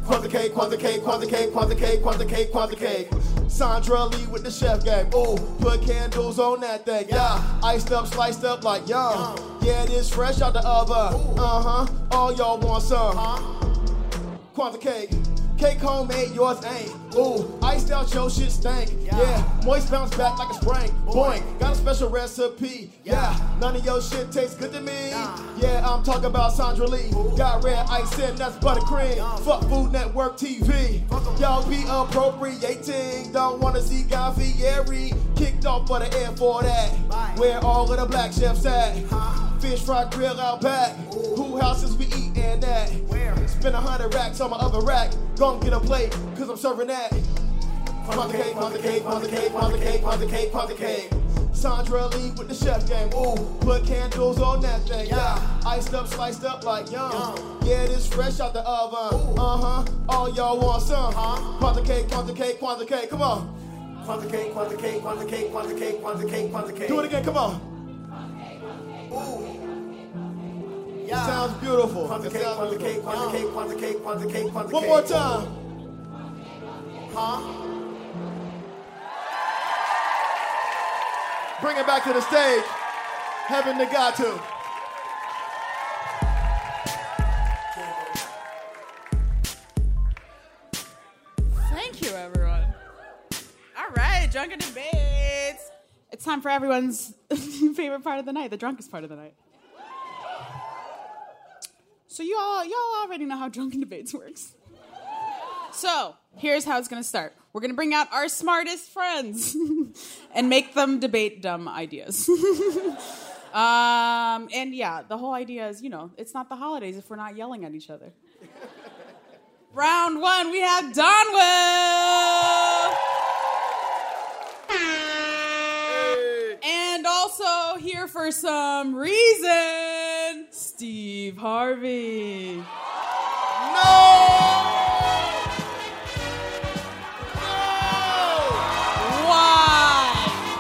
Quanta cake, quanta cake, quanta cake, quanta cake, quanta cake, quanta cake. Sandra Lee with the chef game. Ooh, put candles on that thing. Yeah, iced up, sliced up like yum. Yeah, it is fresh out the oven. Uh huh. All y'all want some. Quanta cake. Cake homemade, yours ain't. Ooh, iced out, your shit stank. Yeah. moist bounce back like a spring. Boing, got a special recipe. Yeah, none of your shit tastes good to me. Yeah, I'm talking about Sandra Lee. Got red ice in, that's buttercream. Fuck Food Network TV. Y'all be appropriating. Don't wanna see Guy Fieri kicked off for the air for that. Where all of the black chefs at? Fish fry grill out back. Who houses we eatin' at? Spend a hundred racks on my other rack. Gon' get a plate, cause I'm serving that. Pound the cake, pound the cake, pound the cake, pound the cake, pound the cake, pound the cake. Sandra Lee with the chef game. Ooh, put candles on that thing. Yeah, iced up, sliced up like yum. Yeah, this fresh out the oven. Uh huh. All y'all want some? Pound the cake, pound the cake, pound the cake. Come on. Pound the cake, pound the cake, pound the cake, pound the cake, pound the cake, pound the cake. Do it again. Come on. Yeah. Sounds beautiful. Pound the cake, pound the cake, pound the cake, pound the cake, pound the cake, pound the cake. One more time. Bring it back to the stage. Heaven Nagatu.
Thank you, everyone. All right, drunken debates. It's time for everyone's favorite part of the night, the drunkest part of the night. So you all y'all already know how drunken debates works. So here's how it's gonna start. We're gonna bring out our smartest friends and make them debate dumb ideas. um, and yeah, the whole idea is, you know, it's not the holidays if we're not yelling at each other. Round one, we have Donwell. And also here for some reason, Steve Harvey. No! Why?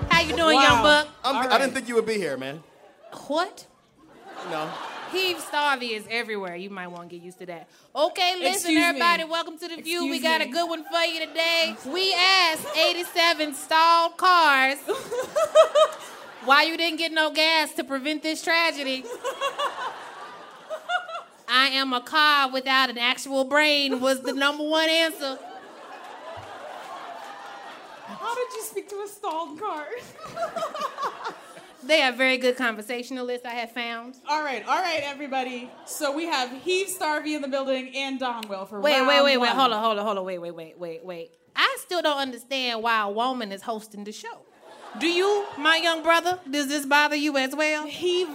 I'm,
All
I
right.
didn't think you would be here, man.
What?
No.
Heave Starvey is everywhere. You might want to get used to that. Okay, listen,
Excuse me.
everybody, welcome to the view. we
Excuse
got a
me.
good one for you today. We asked 87 stalled cars why you didn't get no gas to prevent this tragedy. I am a car without an actual brain was the number one answer.
How did you speak to a stalled car?
They are very good conversationalists, I have found.
all right, all right, everybody. So we have Heave Starvey in the building and Donwell for
Wait,
round
wait, wait, wait.
one.
Hold on, hold on, hold on. Wait, wait, wait, wait, wait. I still don't understand why a woman is hosting the show. Do you, my young brother? Does this bother you as well?
Heave.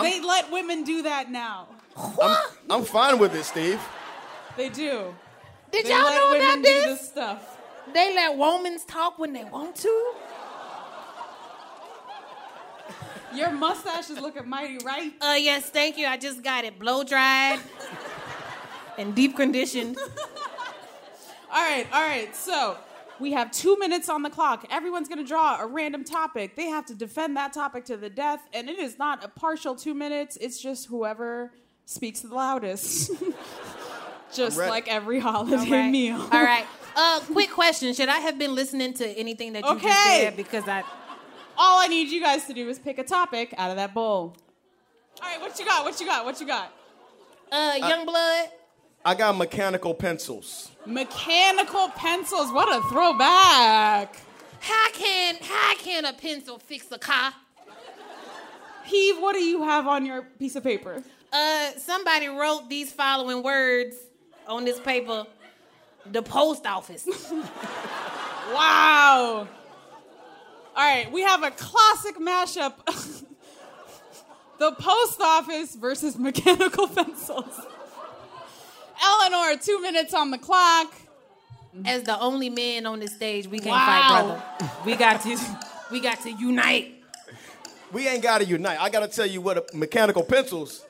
They let women do that now.
I'm, I'm fine with it, Steve.
They do.
Did
They
y'all
let
know
women
about
do
this?
this stuff.
They let women talk when they want to.
Your mustache is looking mighty right.
Uh, yes, thank you. I just got it blow dried and deep conditioned.
All right, all right. So we have two minutes on the clock. Everyone's going to draw a random topic. They have to defend that topic to the death, and it is not a partial two minutes. It's just whoever speaks the loudest. just
I'm ready.
like every holiday
All right.
meal.
All right. Uh, quick question: Should I have been listening to anything that you just
Okay.
said? Because I. uh,
All I need you guys to do is pick a topic out of that bowl. All right, what you got? What you got? What you got?
Uh, young blood.
I got mechanical pencils.
Mechanical pencils. What a throwback.
How can how can a pencil fix a car?
Heave, what do you have on your piece of paper?
Uh, somebody wrote these following words on this paper. The post office.
Wow. All right, we have a classic mashup the post office versus mechanical pencils. Eleanor, two minutes on the clock.
As the only men on this stage, we can't
Wow.
fight, brother. We got to we got to unite.
We ain't gotta unite. I gotta tell you what a mechanical pencils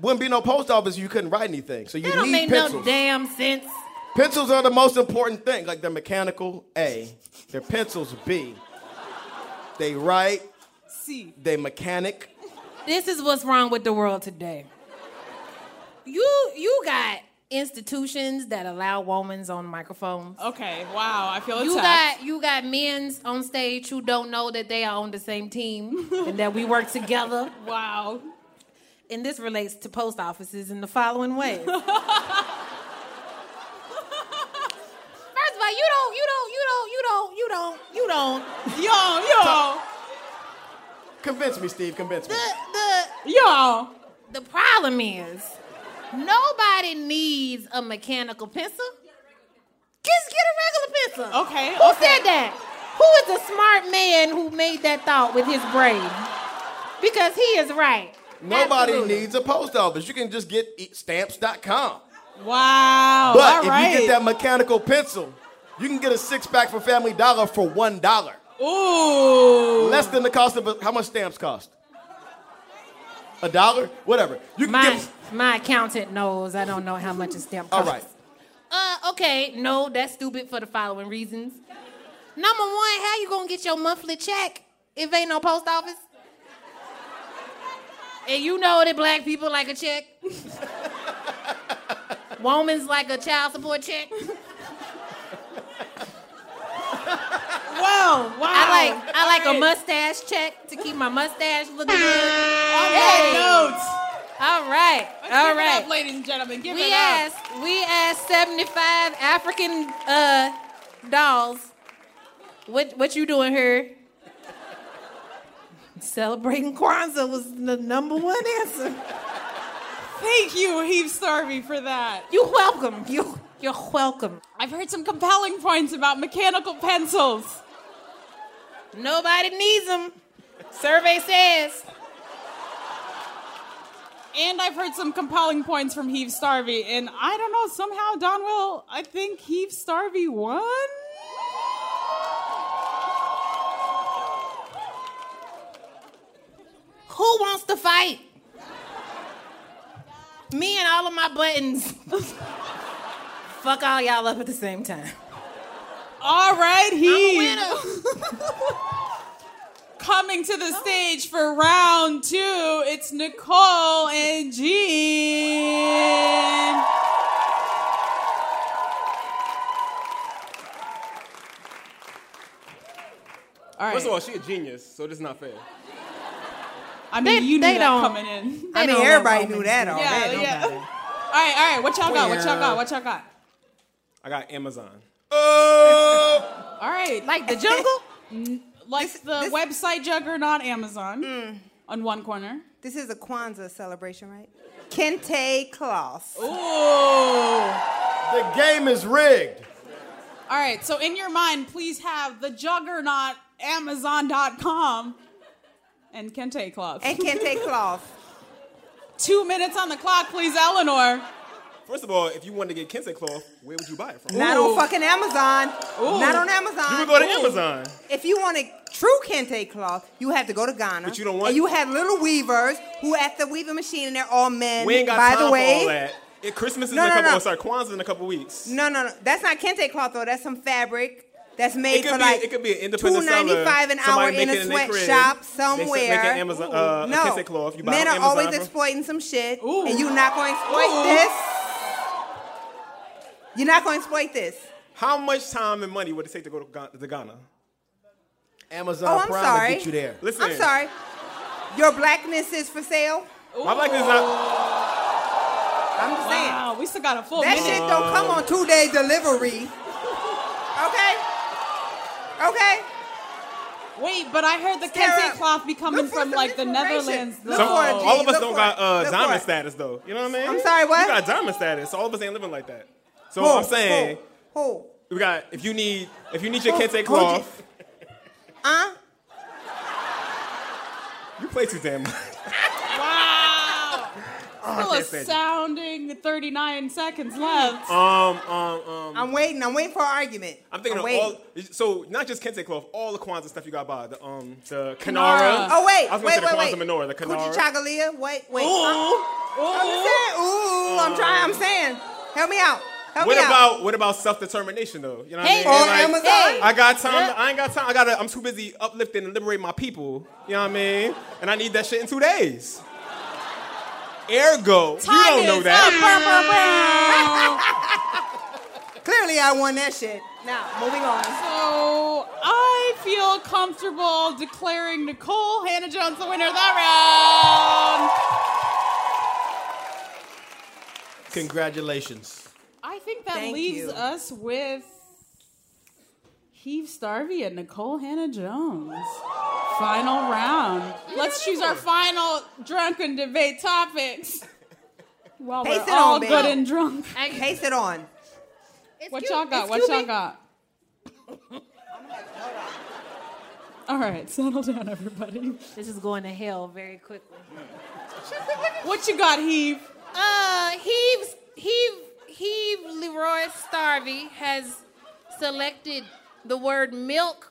wouldn't be no post office if you couldn't write anything. So you
That don't
need
make
pencils.
no damn sense.
Pencils are the most important thing. Like they're mechanical, A. They're pencils, B. They write,
C.
they mechanic.
This is what's wrong with the world today. You you got institutions that allow women's on microphones.
Okay, wow, I feel
You
attacked.
got you got men's on stage who don't know that they are on the same team and that we work together.
wow.
And this relates to post offices in the following ways. First of all, you don't, you don't, you don't, you don't, you don't, you don't.
Yo, yo,
Convince me, Steve, convince me.
The
yo.
the the problem is nobody needs a mechanical pencil. Just get a regular pencil.
Okay,
Who
okay.
said that? Who is a smart man who made that thought with his brain? Because he is right.
Nobody
Absolutely.
needs a post office. You can just get e- stamps.com.
Wow.
But
Oh, all
if
right.
you get that mechanical pencil, you can get a six pack for Family Dollar for one dollar,
Ooh.
less than the cost of a, how much stamps cost. A dollar, whatever. You can
My
get.
my accountant knows I don't know how much a stamp
All
costs.
right.
Uh, okay, no, that's stupid for the following reasons. Number one, how you gonna get your monthly check if ain't no post office? And you know that black people like a check. Woman's like a child support check.
Whoa, wow.
I like I
All
like a
right.
mustache check to keep my mustache looking good.
On that note.
All right,
Let's
all
give it
right.
up, ladies and gentlemen. Give
We
it up.
asked, we asked 75 African uh, dolls, what what you doing here? Celebrating Kwanzaa was the number one answer.
Thank you, Heave Starvey, for that.
You welcome. You you're welcome.
I've heard some compelling points about mechanical pencils.
Nobody needs them. Survey says.
And I've heard some compelling points from Heave Starvey. And I don't know, somehow Donwell, I think Heave Starvey won?
Who wants to fight? Me and all of my buttons. Fuck all y'all up at the same time.
All right, Heave.
winner.
Coming to the stage for round two, it's Nicole and Jean. All right.
First of all, she a genius, so this is not fair.
I mean,
They-
you knew
they
that
don't-
coming in.
I
don't
mean,
know
everybody
Roman
knew that
Jean.
Yeah,
already.
yeah. All right, all right. What y'all got? What y'all got? What y'all got?
I got Amazon.
oh,
All right.
Like the jungle?
like the website juggernaut Amazon
Mm.
on one corner.
This is a Kwanzaa celebration, right? Kente Klaus.
The game is rigged.
All right, so in your mind, please have the juggernaut Amazon.com and Kente Club.
And Kente Klaus.
Two minutes on the clock, please, Eleanor.
First of all, if you wanted to get kente cloth, where would you buy it from?
Not on fucking Amazon. Not on Amazon.
You would go to Amazon.
If you wanted true kente cloth, you had to go to Ghana.
But you don't want-
And you had little weavers who at the weaving machine, and they're all men.
We ain't got
By
time
the way,
for all that. It, Christmas is
No,
in a
no,
couple.
no.
oh, Sorry, Kwanzaa in a couple weeks.
no, no, no. That's not kente cloth though. That's some fabric that's
It
made
could,
for
be,
like
it could be an independent
two ninety five
seller,
an hour
somebody
in
make
a
it their crib.
sweatshop
They
somewhere.
make an Amazon, uh, a
no,
kente cloth. You buy it
men
on
are
Amazon
always
from-
exploiting some shit,
Ooh.
and you're not going to exploit
Ooh.
this. You're not going to exploit this.
How much time and money would it take to go to Ghana? To Ghana?
Amazon
oh, I'm
Prime
sorry.
will get you there.
Listen.
I'm sorry. Your blackness is for sale.
My blackness is not.
I'm just saying.
Wow, we still got a full
Ah. That
minute.
shit don't come on two day delivery. Okay? Okay?
Wait, but I heard the
Sarah,
Kente cloth be coming
look for
from
some
like the
inspiration.
Netherlands.
Look
Some,
for it, G.
all of us
Look
don't
for
got uh,
it. Look for
diamond
it.
status though. You know what I mean?
I'm sorry, what?
We got diamond status. All of us ain't living like that. So
Who?
I'm saying
Who? Who?
we got. If you need, if you need your
Who-
kente
who you-
cloth,
Huh?
you play too damn much.
Wow. Still a
can't stand you.
sounding 39 seconds left.
Um, um, um.
I'm waiting. I'm waiting for an argument.
I'm thinking
I'm
of
waiting.
all. So not just kente cloth, all the Kwanzaa stuff you got by the um the
Kinara.
Kanara.
Oh wait,
I was
wait,
gonna
wait,
say
wait.
the Kwanzaa menorah, the Kanara.
Coochie Chagalia. Wait, wait.
Ooh.
I'm just saying. Ooh, I'm trying. I'm saying. Help me out. Help
What
me out.
about what about self determination though? You know what
Hey,
I mean?
on
Like,
Amazon?
I got time. I ain't got time. I gotta. I'm too busy uplifting and liberating my people. You know what I mean? And I need that shit in two days. Ergo, you don't know that.
Clearly, I won that shit. Now, moving on.
So I feel comfortable declaring Nicole Hannah Jones the winner of that
Congratulations.
round. I think that
Thank
leaves
you.
us with Heave Starvey and Nicole Hannah Jones. Final round. Let's choose our final drunken debate topics. While
Pace it
we're all
on, baby.
good and drunk.
Paste it on.
What y'all got? What y'all got? All right, settle down, everybody.
This is going to hell very quickly.
What you got, Heave?
Uh, Heaves, Heave, Heave Leroy Starvey has selected the word milk.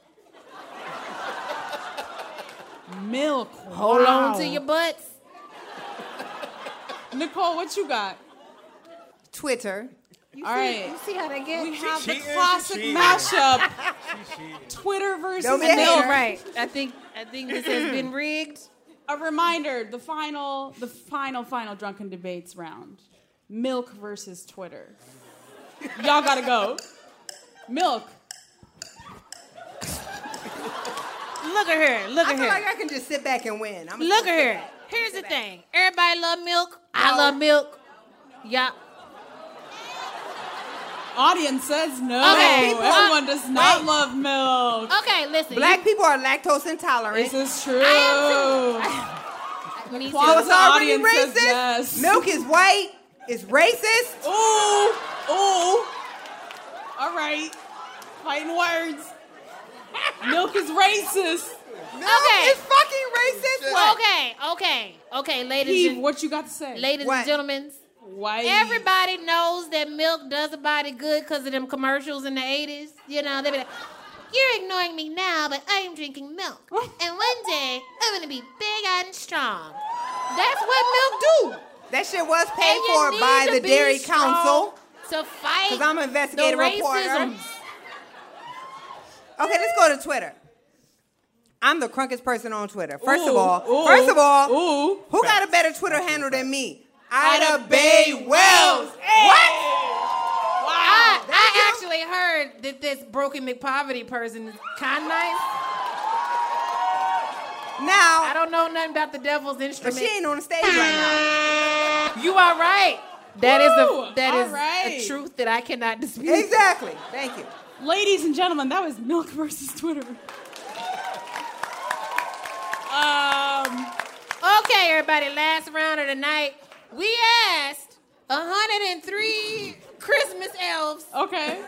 Milk.
Hold on to your butts.
Nicole, what you got?
Twitter.
All right.
See how they
We
get?
have the
cheating, she
classic
cheating.
mashup Twitter versus
Don't be a
milk.
hater.
right. I think I think this has been rigged.
A reminder, the final the final final drunken debates round. Milk versus Twitter. Y'all got to go. Milk.
Look at her. Look
I
at
feel
her.
like I can just sit back and win. I'm
Look at her. Here's the thing. Everybody love milk. I love milk. Yeah.
Audience says no.
Okay.
Everyone
Uh,
does not
wait.
love milk.
Okay, listen.
Black people are lactose intolerant.
This is true.
I you- me
Quality
too.
it's already
audience says
racist.
yes.
Milk is white. It's racist.
Ooh, ooh. All right, fighting words. Milk is racist.
Okay.
It's fucking racist. What?
Okay, okay, okay, ladies,
Heave,
and,
what you got to say?
ladies
What?
and gentlemen.
White.
Everybody knows that milk does a body good because of them commercials in the 80s. You know, they be like, you're ignoring me now, but I am drinking milk. And one day, I'm going to be big and strong. That's what milk do.
That shit was
And
paid
you
for
need
by
to
the
be
Dairy
strong
Council.
to fight
'Cause I'm an investigative
the
reporter.
racism.
Okay, let's go to Twitter. I'm the crunkest person on Twitter. First of
Ooh,
all,
ooh,
first of all,
ooh.
who got a better Twitter handle than me? Ida Bay Wells. What?
I, I actually heard that this broken McPoverty person is kind of nice. I
Now,
don't know nothing about the devil's
but
instrument.
she ain't on the stage right
You are right. That is
Woo!
a that
All
is
right.
a truth that I cannot dispute.
now. Exactly. Thank you.
Ladies and gentlemen, that was Milk versus Twitter. Um,
Okay, everybody, last round of the night. We asked 103 Christmas elves,
okay.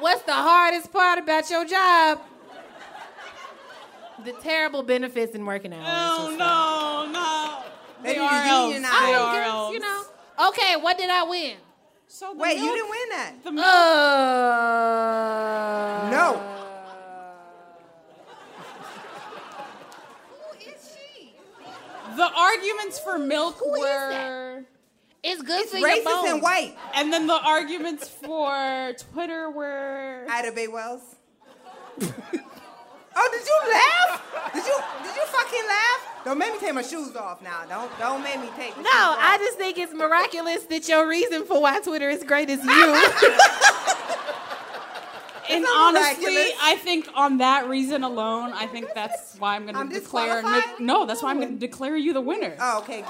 what's the hardest part about your job? The terrible benefits and working hours.
Oh, no, no.
They
They
need
are
to
elves.
unionize.
They
Oh, I don't
are
give a-
elves.
you know. Okay, what did I win?
So the
Wait, you
milk-
didn't win that.
The milk
Uh,
No.
Who is she?
The arguments for milk were,
It's good for your bones.
Racist and white.
and then the arguments for Twitter were.
Ida Bay Wells. oh, did you laugh? Did you did you fucking laugh? Don't make me take my shoes off now. Don't don't make me take. my
No,
shoes off.
I just think it's miraculous that your reason for why Twitter is great is you.
and
not
honestly,
miraculous.
I think on that reason alone, I think that's why I'm going
I'm
to declare.
disqualified?
no, that's why I'm going to declare you the winner.
Oh, okay.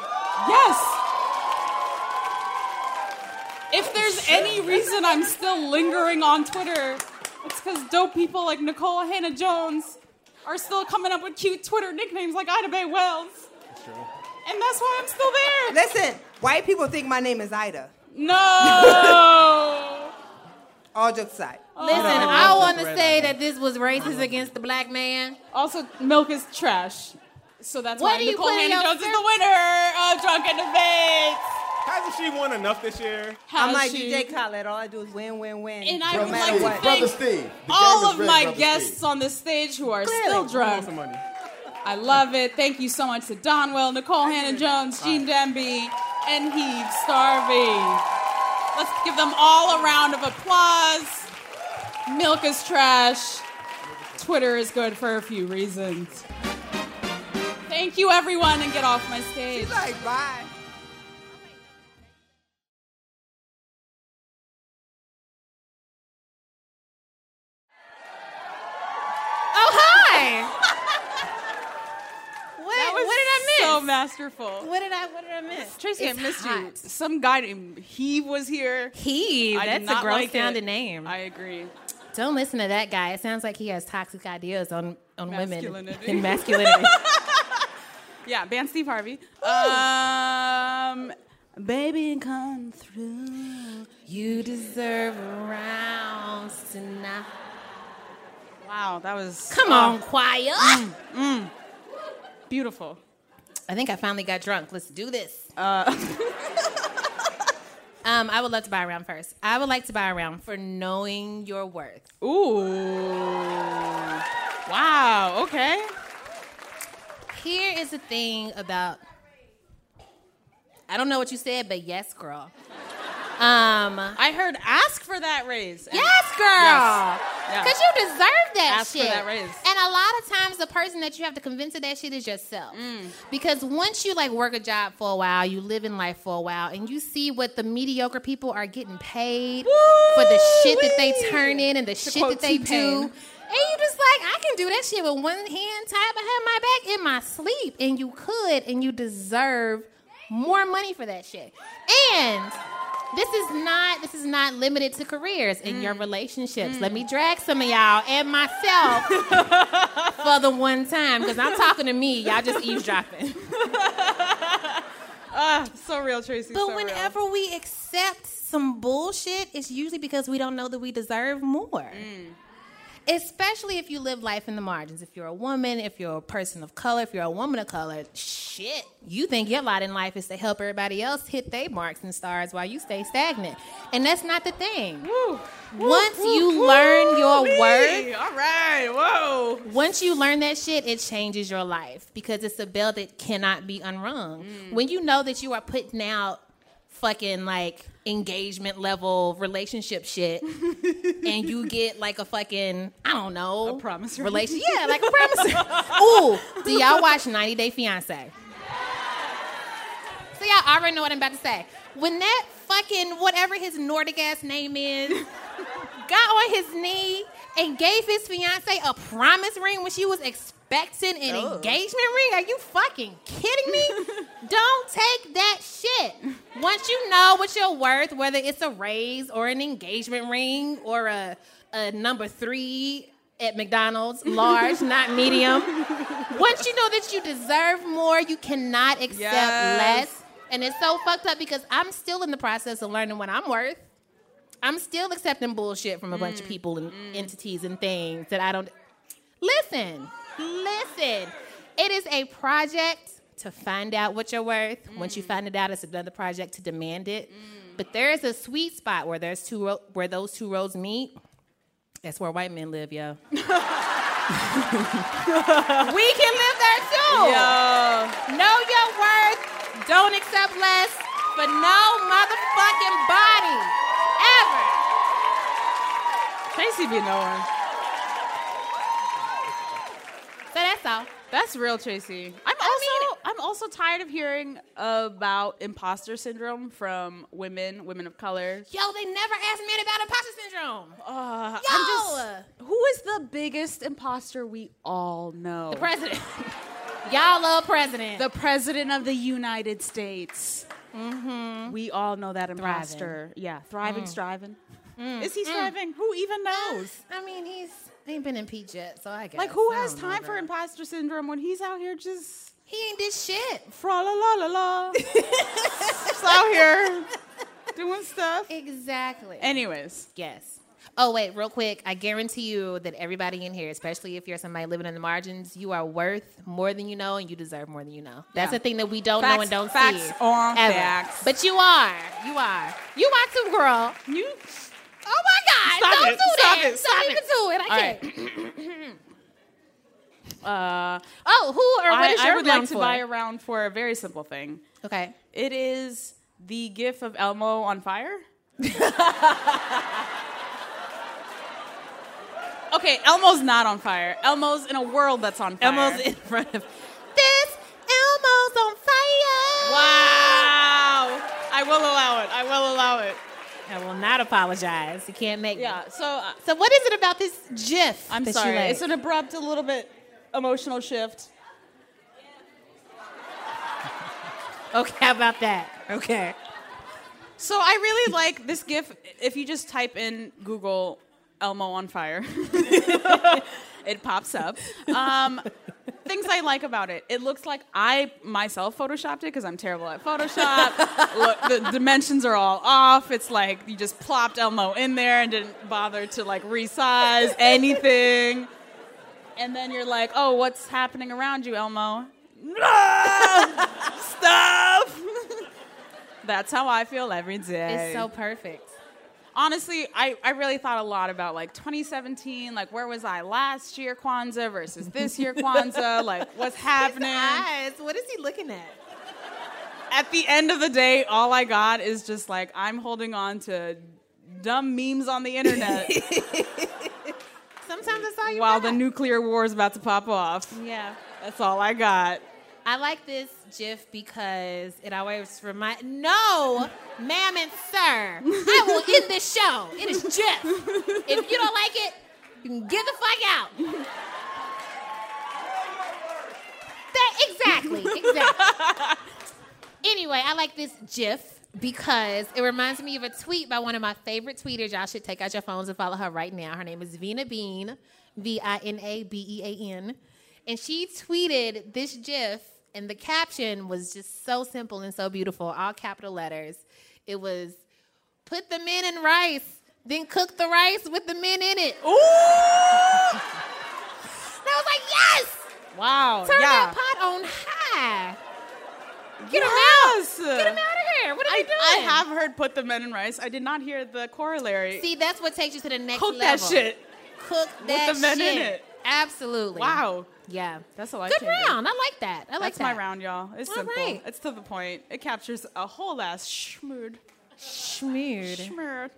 Yes. If there's any reason I'm still lingering on Twitter, it's because dope people like Nicole Hannah Jones are still coming up with cute Twitter nicknames like Ida Bay Wells. And that's why I'm still there.
Listen, white people think my name is Ida.
No.
All jokes aside.
Listen, Oh, I want to say that this was racist against the black man.
Also, milk is trash. So that's
What
why
do you
Nicole
put in
Hannah
your
Jones is
syrup?
the winner of Drunken Debates.
Hasn't she won enough this year?
How
I'm like
she-
DJ Khaled. All I do is win, win, win.
And I
no
would
matter
like to
what.
thank
Brother Steve. The game
all
is
of
rigged,
my
Brother
guests
Steve.
on this stage who are
Clearly.
still drunk.
Some money.
I love it. Thank you so much to Donwell, Nicole Hannah Jones, Gene Demby, and Heave Starvey. Let's give them all a round of applause. Milk is trash. Twitter is good for a few reasons. Thank you, everyone, and get off my stage.
like, bye.
Oh, hi. what, what did I miss?
So masterful.
what did I what did I miss?
Tracy,
It's
I missed you.
hot.
Some guy named Heave was here.
He,
I did
that's a
not
gross
like it.
sounding name.
I agree.
Don't listen to that guy. It sounds like he has toxic ideas on, on women
Masculinity.
and masculinity.
Yeah, ban Steve Harvey. Um, baby, come through.
you deserve rounds tonight.
Wow, that was
Come
uh,
on, choir.
beautiful.
mm, I think I finally got drunk. Let's do this. Uh, um, I would love to buy a round first. I would like to buy a round for knowing your worth.
Ooh, wow. Okay,
Here is the thing about I don't know what you said, but yes, girl. Um,
I heard ask for that raise. And-
yes, girl.
Yeah.
Because you deserve that
Ask for
shit.
that raise.
And a lot of times, the person that you have to convince of that shit is yourself.
Mm.
Because once you like work a job for a while, you live in life for a while, and you see what the mediocre people are getting paid for the shit that they turn in and the shit
quote
that they
T-Pain.
do. And you just like, I can do that shit with one hand tied behind my back in my sleep. And you could, and you deserve more money for that shit. And this is not this is not limited to careers and
Mm.
your relationships. Let me drag some of y'all and myself for the one time because I'm talking to me. Y'all just eavesdropping.
So real, Tracy.
But
so real.
whenever we accept some bullshit, it's usually because we don't know that we deserve more. Especially if you live life in the margins. If you're a woman, if you're a person of color, if you're a woman of color, shit, you think your lot in life is to help everybody else hit their marks and stars while you stay stagnant. And that's not the thing. Once you learn your worth,
Hey, all right. Whoa.
once you learn that shit, it changes your life because it's a bell that cannot be unrung. When you know that you are putting out fucking like engagement level relationship shit and you get like a fucking I don't know
A promissory.
relation yeah like a promissory ooh do y'all watch 90 Day Fiance so y'all already know what I'm about to say when that fucking whatever his Nordic ass name is got on his knee and gave his fiance a promise ring when she was expecting an engagement ring are you fucking kidding me don't take that shit once you know what you're worth whether it's a raise or an engagement ring or a, a number three at McDonald's, large, not medium. Once you know that you deserve more, you cannot accept
Yes.
less. And it's so fucked up because I'm still in the process of learning what I'm worth. I'm still accepting bullshit from a bunch of people and entities and things that I don't. Listen, listen. It is a project to find out what you're worth. Once you find it out, it's another project to demand it. But there is a sweet spot where there's two ro- where those two roads meet. That's where white men live, yo. we can live there too. Know your worth. Don't accept less for no motherfucking body ever.
Tracy be knowing.
So that's all.
That's real, Tracy. I'm also I'm also tired of hearing about imposter syndrome from women, women of color.
Yo, they never asked men about imposter syndrome.
Uh,
Yo,
I'm just who is the biggest imposter we all know?
the president. Y'all love president.
The president of the United States.
Mm-hmm.
We all know that imposter. Yeah,
Mm.
thriving, striving. Is he striving? Who even knows?
I mean, he's ain't been impeached yet, so I guess.
Like, who
I
has
don't know,
time for
girl.
imposter syndrome when he's out here just
He ain't did shit.
fra la la la la? just out here doing stuff.
Exactly.
Anyways,
Yes. Oh, wait, real quick. I guarantee you that everybody in here, especially if you're somebody living in the margins, you are worth more than you know and you deserve more than you know. That's
Yeah.
the thing that we don't know
Facts-
and don't
facts
see.
on
ever.
facts.
But you are. You are. You are too, girl.
you
Oh my God.
Stop
don't
it.
do
Stop
that.
it. Stop
don't even do it. I
right.
can't. oh, who or
I,
what is
I
your
would
round
like to
for?
buy a round for a very simple thing.
Okay.
It is the gif of Elmo on fire. okay, Elmo's not on fire. Elmo's in a world that's on fire.
Elmo's in front of this. Elmo's on fire.
Wow. I will allow it. I will allow it.
I will not apologize. You can't make me.
Yeah. So uh,
So what is it about this GIF?
I'm
that you
sorry.
like?
It's an abrupt, a little bit emotional shift.
okay, how about that? Okay.
So I really like this GIF. If you just type in Google Elmo on fire, it pops up. Um, things I like about it: it looks like I myself photoshopped it because I'm terrible at Photoshop. Look, the dimensions are all off. It's like you just plopped Elmo in there and didn't bother to like resize anything. And then you're like, "Oh, what's happening around you, Elmo?" No! Stop! That's how I feel every day
It's so perfect.
honestly, I, I really thought a lot about like 2017, like where was I last year Kwanzaa versus this year Kwanzaa, like what's happening.
Eyes. What is he looking at?
At the end of the day, all I got is just like I'm holding on to dumb memes on the internet
Sometimes it's all you
while
got.
the nuclear war is about to pop off.
yeah.
That's all I got.
I like this GIF because it always remind. No, ma'am and sir, I will end this show. It is GIF. If you don't like it, you can get the fuck out. That- exactly, exactly. anyway, I like this GIF because it reminds me of a tweet by one of my favorite tweeters. Y'all should take out your phones and follow her right now. Her name is Vina Bean, V I N A B E A N. And she tweeted this GIF, and the caption was just so simple and so beautiful, all capital letters. It was put the men in rice, then cook the rice with the men in it. Ooh! and I was like, yes!
Wow.
Turn
yeah.
that pot on high. Get 'em
Yes!
out. Get 'em out of here. What are we
I,
doing?
I have heard put the men in rice. I did not hear the corollary.
See, that's what takes you to the next
Cook
level.
that shit.
Cook that
the men in
shit.
it.
Absolutely.
Wow. Oh,
Yeah.
That's a life
Good
changer.
round. I like that. I like
That's
that.
my round, y'all. It's
All
simple.
right.
It's to the point. It captures a whole ass schmood.
Schmood.
Schmood.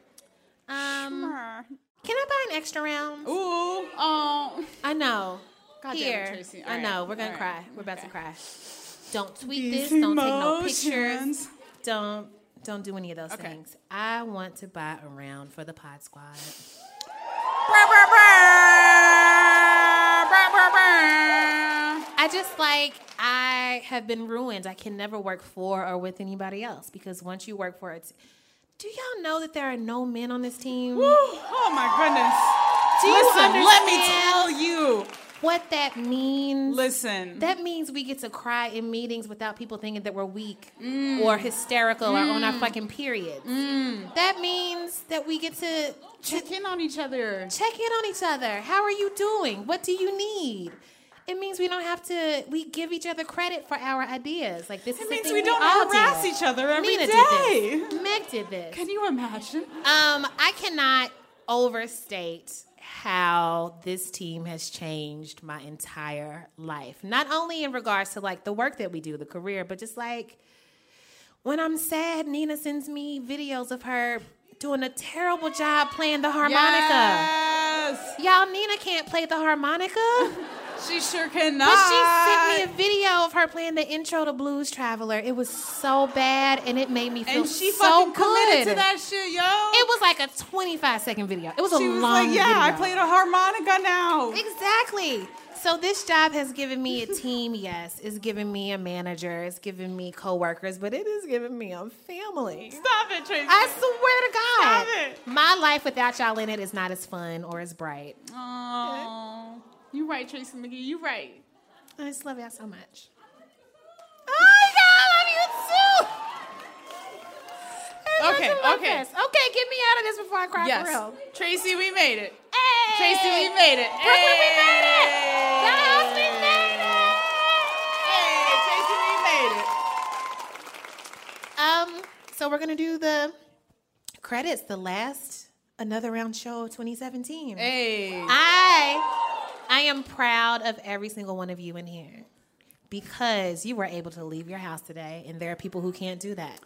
Um,
Schmood.
can I buy an extra round?
Ooh. Oh.
I know.
God damn it,
Here.
Tracy. All
I
right.
know. We're gonna
All
cry.
right.
We're about to
Okay.
cry. Don't tweet this. Don't take no pictures.
emotions.
Don't don't do any of those
Okay.
things. I want to buy a round for the pod squad.
Brr, brr, brr. Brr, brr, brr.
I just like I have been ruined. I can never work for or with anybody else because once you work for it, do y'all know that there are no men on this team?
Woo. Oh my goodness.
Do you
Listen, let me
understand
tell you.
what that means?
Listen.
That means we get to cry in meetings without people thinking that we're weak
Mm.
or hysterical or on our fucking periods. That means that we get to
check in on each other.
check in on each other. How are you doing? What do you need? It means we don't have to. We give each other credit for our ideas. Like this is
It
the
means
thing
we don't
all
harass
did.
each other every
Nina
day.
Did this. Meg did this.
Can you imagine?
Um, I cannot overstate how this team has changed my entire life. Not only in regards to like the work that we do, the career, but just like when I'm sad, Nina sends me videos of her doing a terrible job playing the harmonica.
Yes.
Y'all, Nina can't play the harmonica.
She sure cannot.
But she sent me a video of her playing the intro to Blues Traveler. It was so bad, and it made me feel
and she
so
fucking committed
good.
to that shit, yo.
It was like a 25 second video. It was
she
a
was
long
like, yeah, I
video.
played a harmonica now.
Exactly. So this job has given me a team, yes. It's given me a manager. It's given me coworkers, but it is giving me a family.
Stop it, Tracy.
I swear to
Stop
God.
it.
My life without y'all in it is not as fun or as bright.
Aw. You right, Tracy McGee. You right.
I just love y'all so much. Oh my God, I love you too.
Okay,
That's my
okay.
best. Okay, get me out of this before I cry for
Yes.
real.
Tracy, we made it.
Hey!
Tracy, we made it.
Brooklyn, we made it.
Hey.
Dallas, we made it.
Hey, Tracy, we made it.
Um, so we're gonna do the credits, the last another round show of 2017.
Hey.
I I am proud of every single one of you in here because you were able to leave your house today, and there are people who can't do that.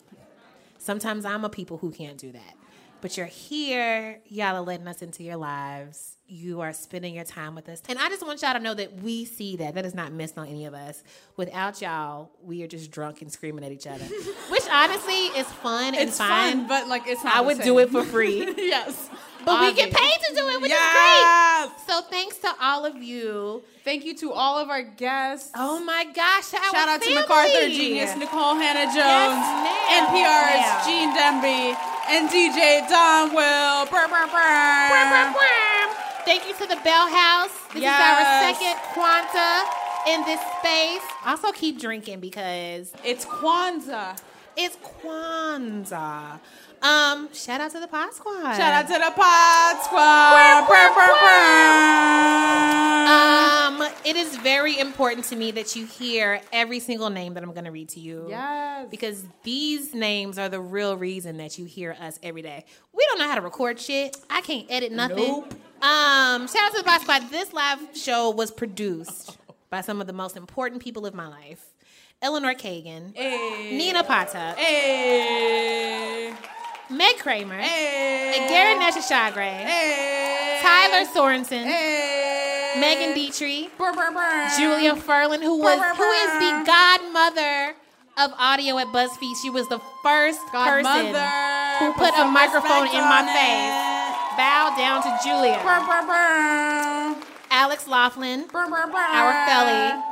Sometimes I'm a people who can't do that. But you're here, y'all are letting us into your lives. You are spending your time with us. And I just want y'all to know that we see that. That is not missed on any of us. Without y'all, we are just drunk and screaming at each other. Which honestly is fun and
It's fun, but like it's not.
I
the
would
same.
do it for free.
yes.
But we get paid to do it, which is
Yes.
great. So thanks to all of you.
Thank you to all of our guests.
Oh my gosh! Shout,
Shout
our
out to
family.
MacArthur Genius, Nicole Hannah Jones,
ma'am.
NPR's
Yeah.
Gene Demby, and DJ Don Will. Brr, brr, brr.
Wham, wham, wham. Thank you to the Bell House. This
Yes.
is our second Quanta in this space. Also, keep drinking because
It's Kwanzaa.
it's Kwanzaa. Um, shout out to the Pod Squad.
Shout out to the Pod Squad. Brr, brr, brr.
Um, it is very important to me that you hear every single name that I'm going to read to you.
Yes.
Because these names are the real reason that you hear us every day. We don't know how to record shit. I can't edit nothing.
Nope.
Um, shout out to the Boss Squad. This live show was produced by some of the most important people of my life. Eleanor Kagan,
Hey.
Nina Pata,
Hey.
Meg Kramer,
Hey.
Gary Neshashagre,
Hey.
Tyler Sorensen,
Hey.
Megan Dietrich,
Brr, brr, brr.
Julia Ferlin, who was
Brr, brr,
who is
brr.
the godmother of audio at BuzzFeed. She was the first person
Godmother.
who put a
some
microphone
respect
in my
on
face.
it.
Bow down to Julia.
Brr, brr, brr.
Alex Laughlin,
Brr, brr, brr.
our felly.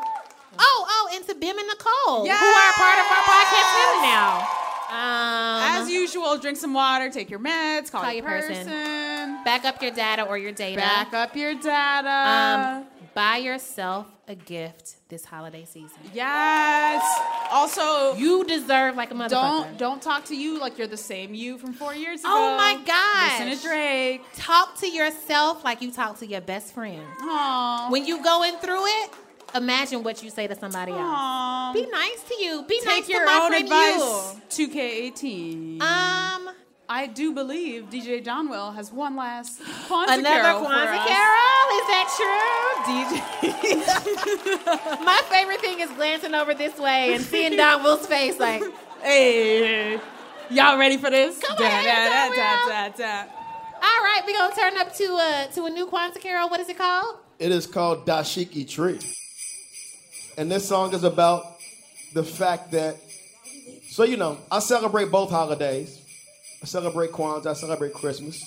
Oh, oh, and to Bim and Nicole, who are
Yes.
part of our podcast family now. Um,
As usual, drink some water, take your meds, Uh-huh. call,
Call
your
your person.
person.
back up your data or your data.
Back up your data.
Um, buy yourself a gift this holiday season.
yes. Also,
You deserve like a motherfucker.
don't don't talk to you like you're the same you from four years ago.
Oh my gosh.
Listen to Drake.
talk to yourself like you talk to your best friend.
Aww.
When you going through it, imagine what you say to somebody else.
Aww.
Be nice to you. Be
Take
nice
your
to my
own
friend
advice.
you.
2K18.
Um,
I do believe DJ Donwell has one last Kwanzaa
Another
carol for
Kwanzaa
us.
Carol? Is that true? DJ. My favorite thing is glancing over this way and seeing Don Will's face like,
Hey, y'all ready for this?
Come
Da,
on,
da,
Donwell.
da, da, da, da.
all right, we're going to turn up to a, to a new Kwanzaa Carol. What is it called?
It is called Dashiki Tree. And this song is about the fact that, so you know, I celebrate both holidays. I celebrate Kwanzaa, I celebrate Christmas.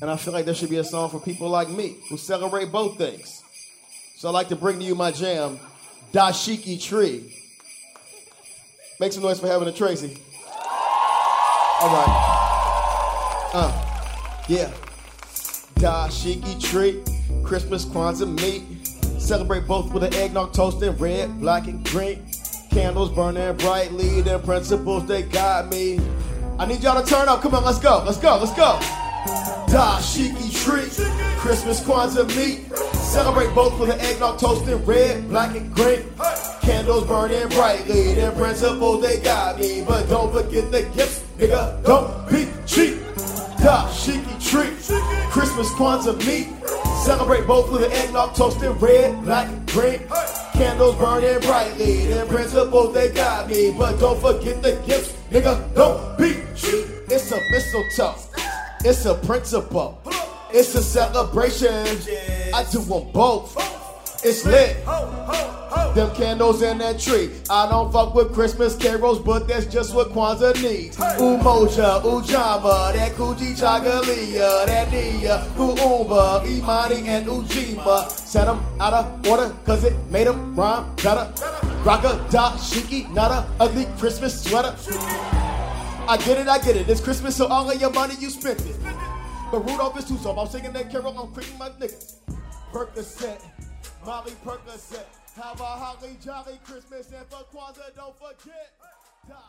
And I feel like there should be a song for people like me who celebrate both things. So I'd like to bring to you my jam, Dashiki Tree. Make some noise for Heaven and Tracy. All right. Uh, yeah. Dashiki treat, Christmas, Kwanzaa meat. Celebrate both with an eggnog toast in red, black, and green. Candles burning brightly, their principles they got me. I need y'all to turn up. Come on, let's go, let's go, let's go. Dashiki treat, Christmas, Kwanzaa meat. Celebrate both with an eggnog toast in red, black, and green. Candles burning brightly, their principles they got me. But don't forget the gifts, nigga, don't be cheap. Dashiki treat, Christmas Kwanzaa meat. Celebrate both with an eggnog toast in red, black, and green. Candles burning brightly, their principles they got me. But don't forget the gifts, nigga, don't be cheap. It's a mistletoe, it's a principle, it's a celebration. I do them both, it's lit. Them candles in that tree. I don't fuck with Christmas carols, but that's just what Kwanzaa needs. Umoja, Ujama, that Kuji Chagalia, that Nia, Uumba, Imani, and Ujima. Set 'em out of order, cause it made 'em rhyme better. Rocka, da, shiki, nada, ugly Christmas sweater. I get it, I get it. It's Christmas, so all of your money you spent it. But Rudolph is too soft. I'm singing that carol, I'm creeping my niggas. Percocet, Molly Percocet. Have a holly jolly Christmas and for Kwanzaa, don't forget.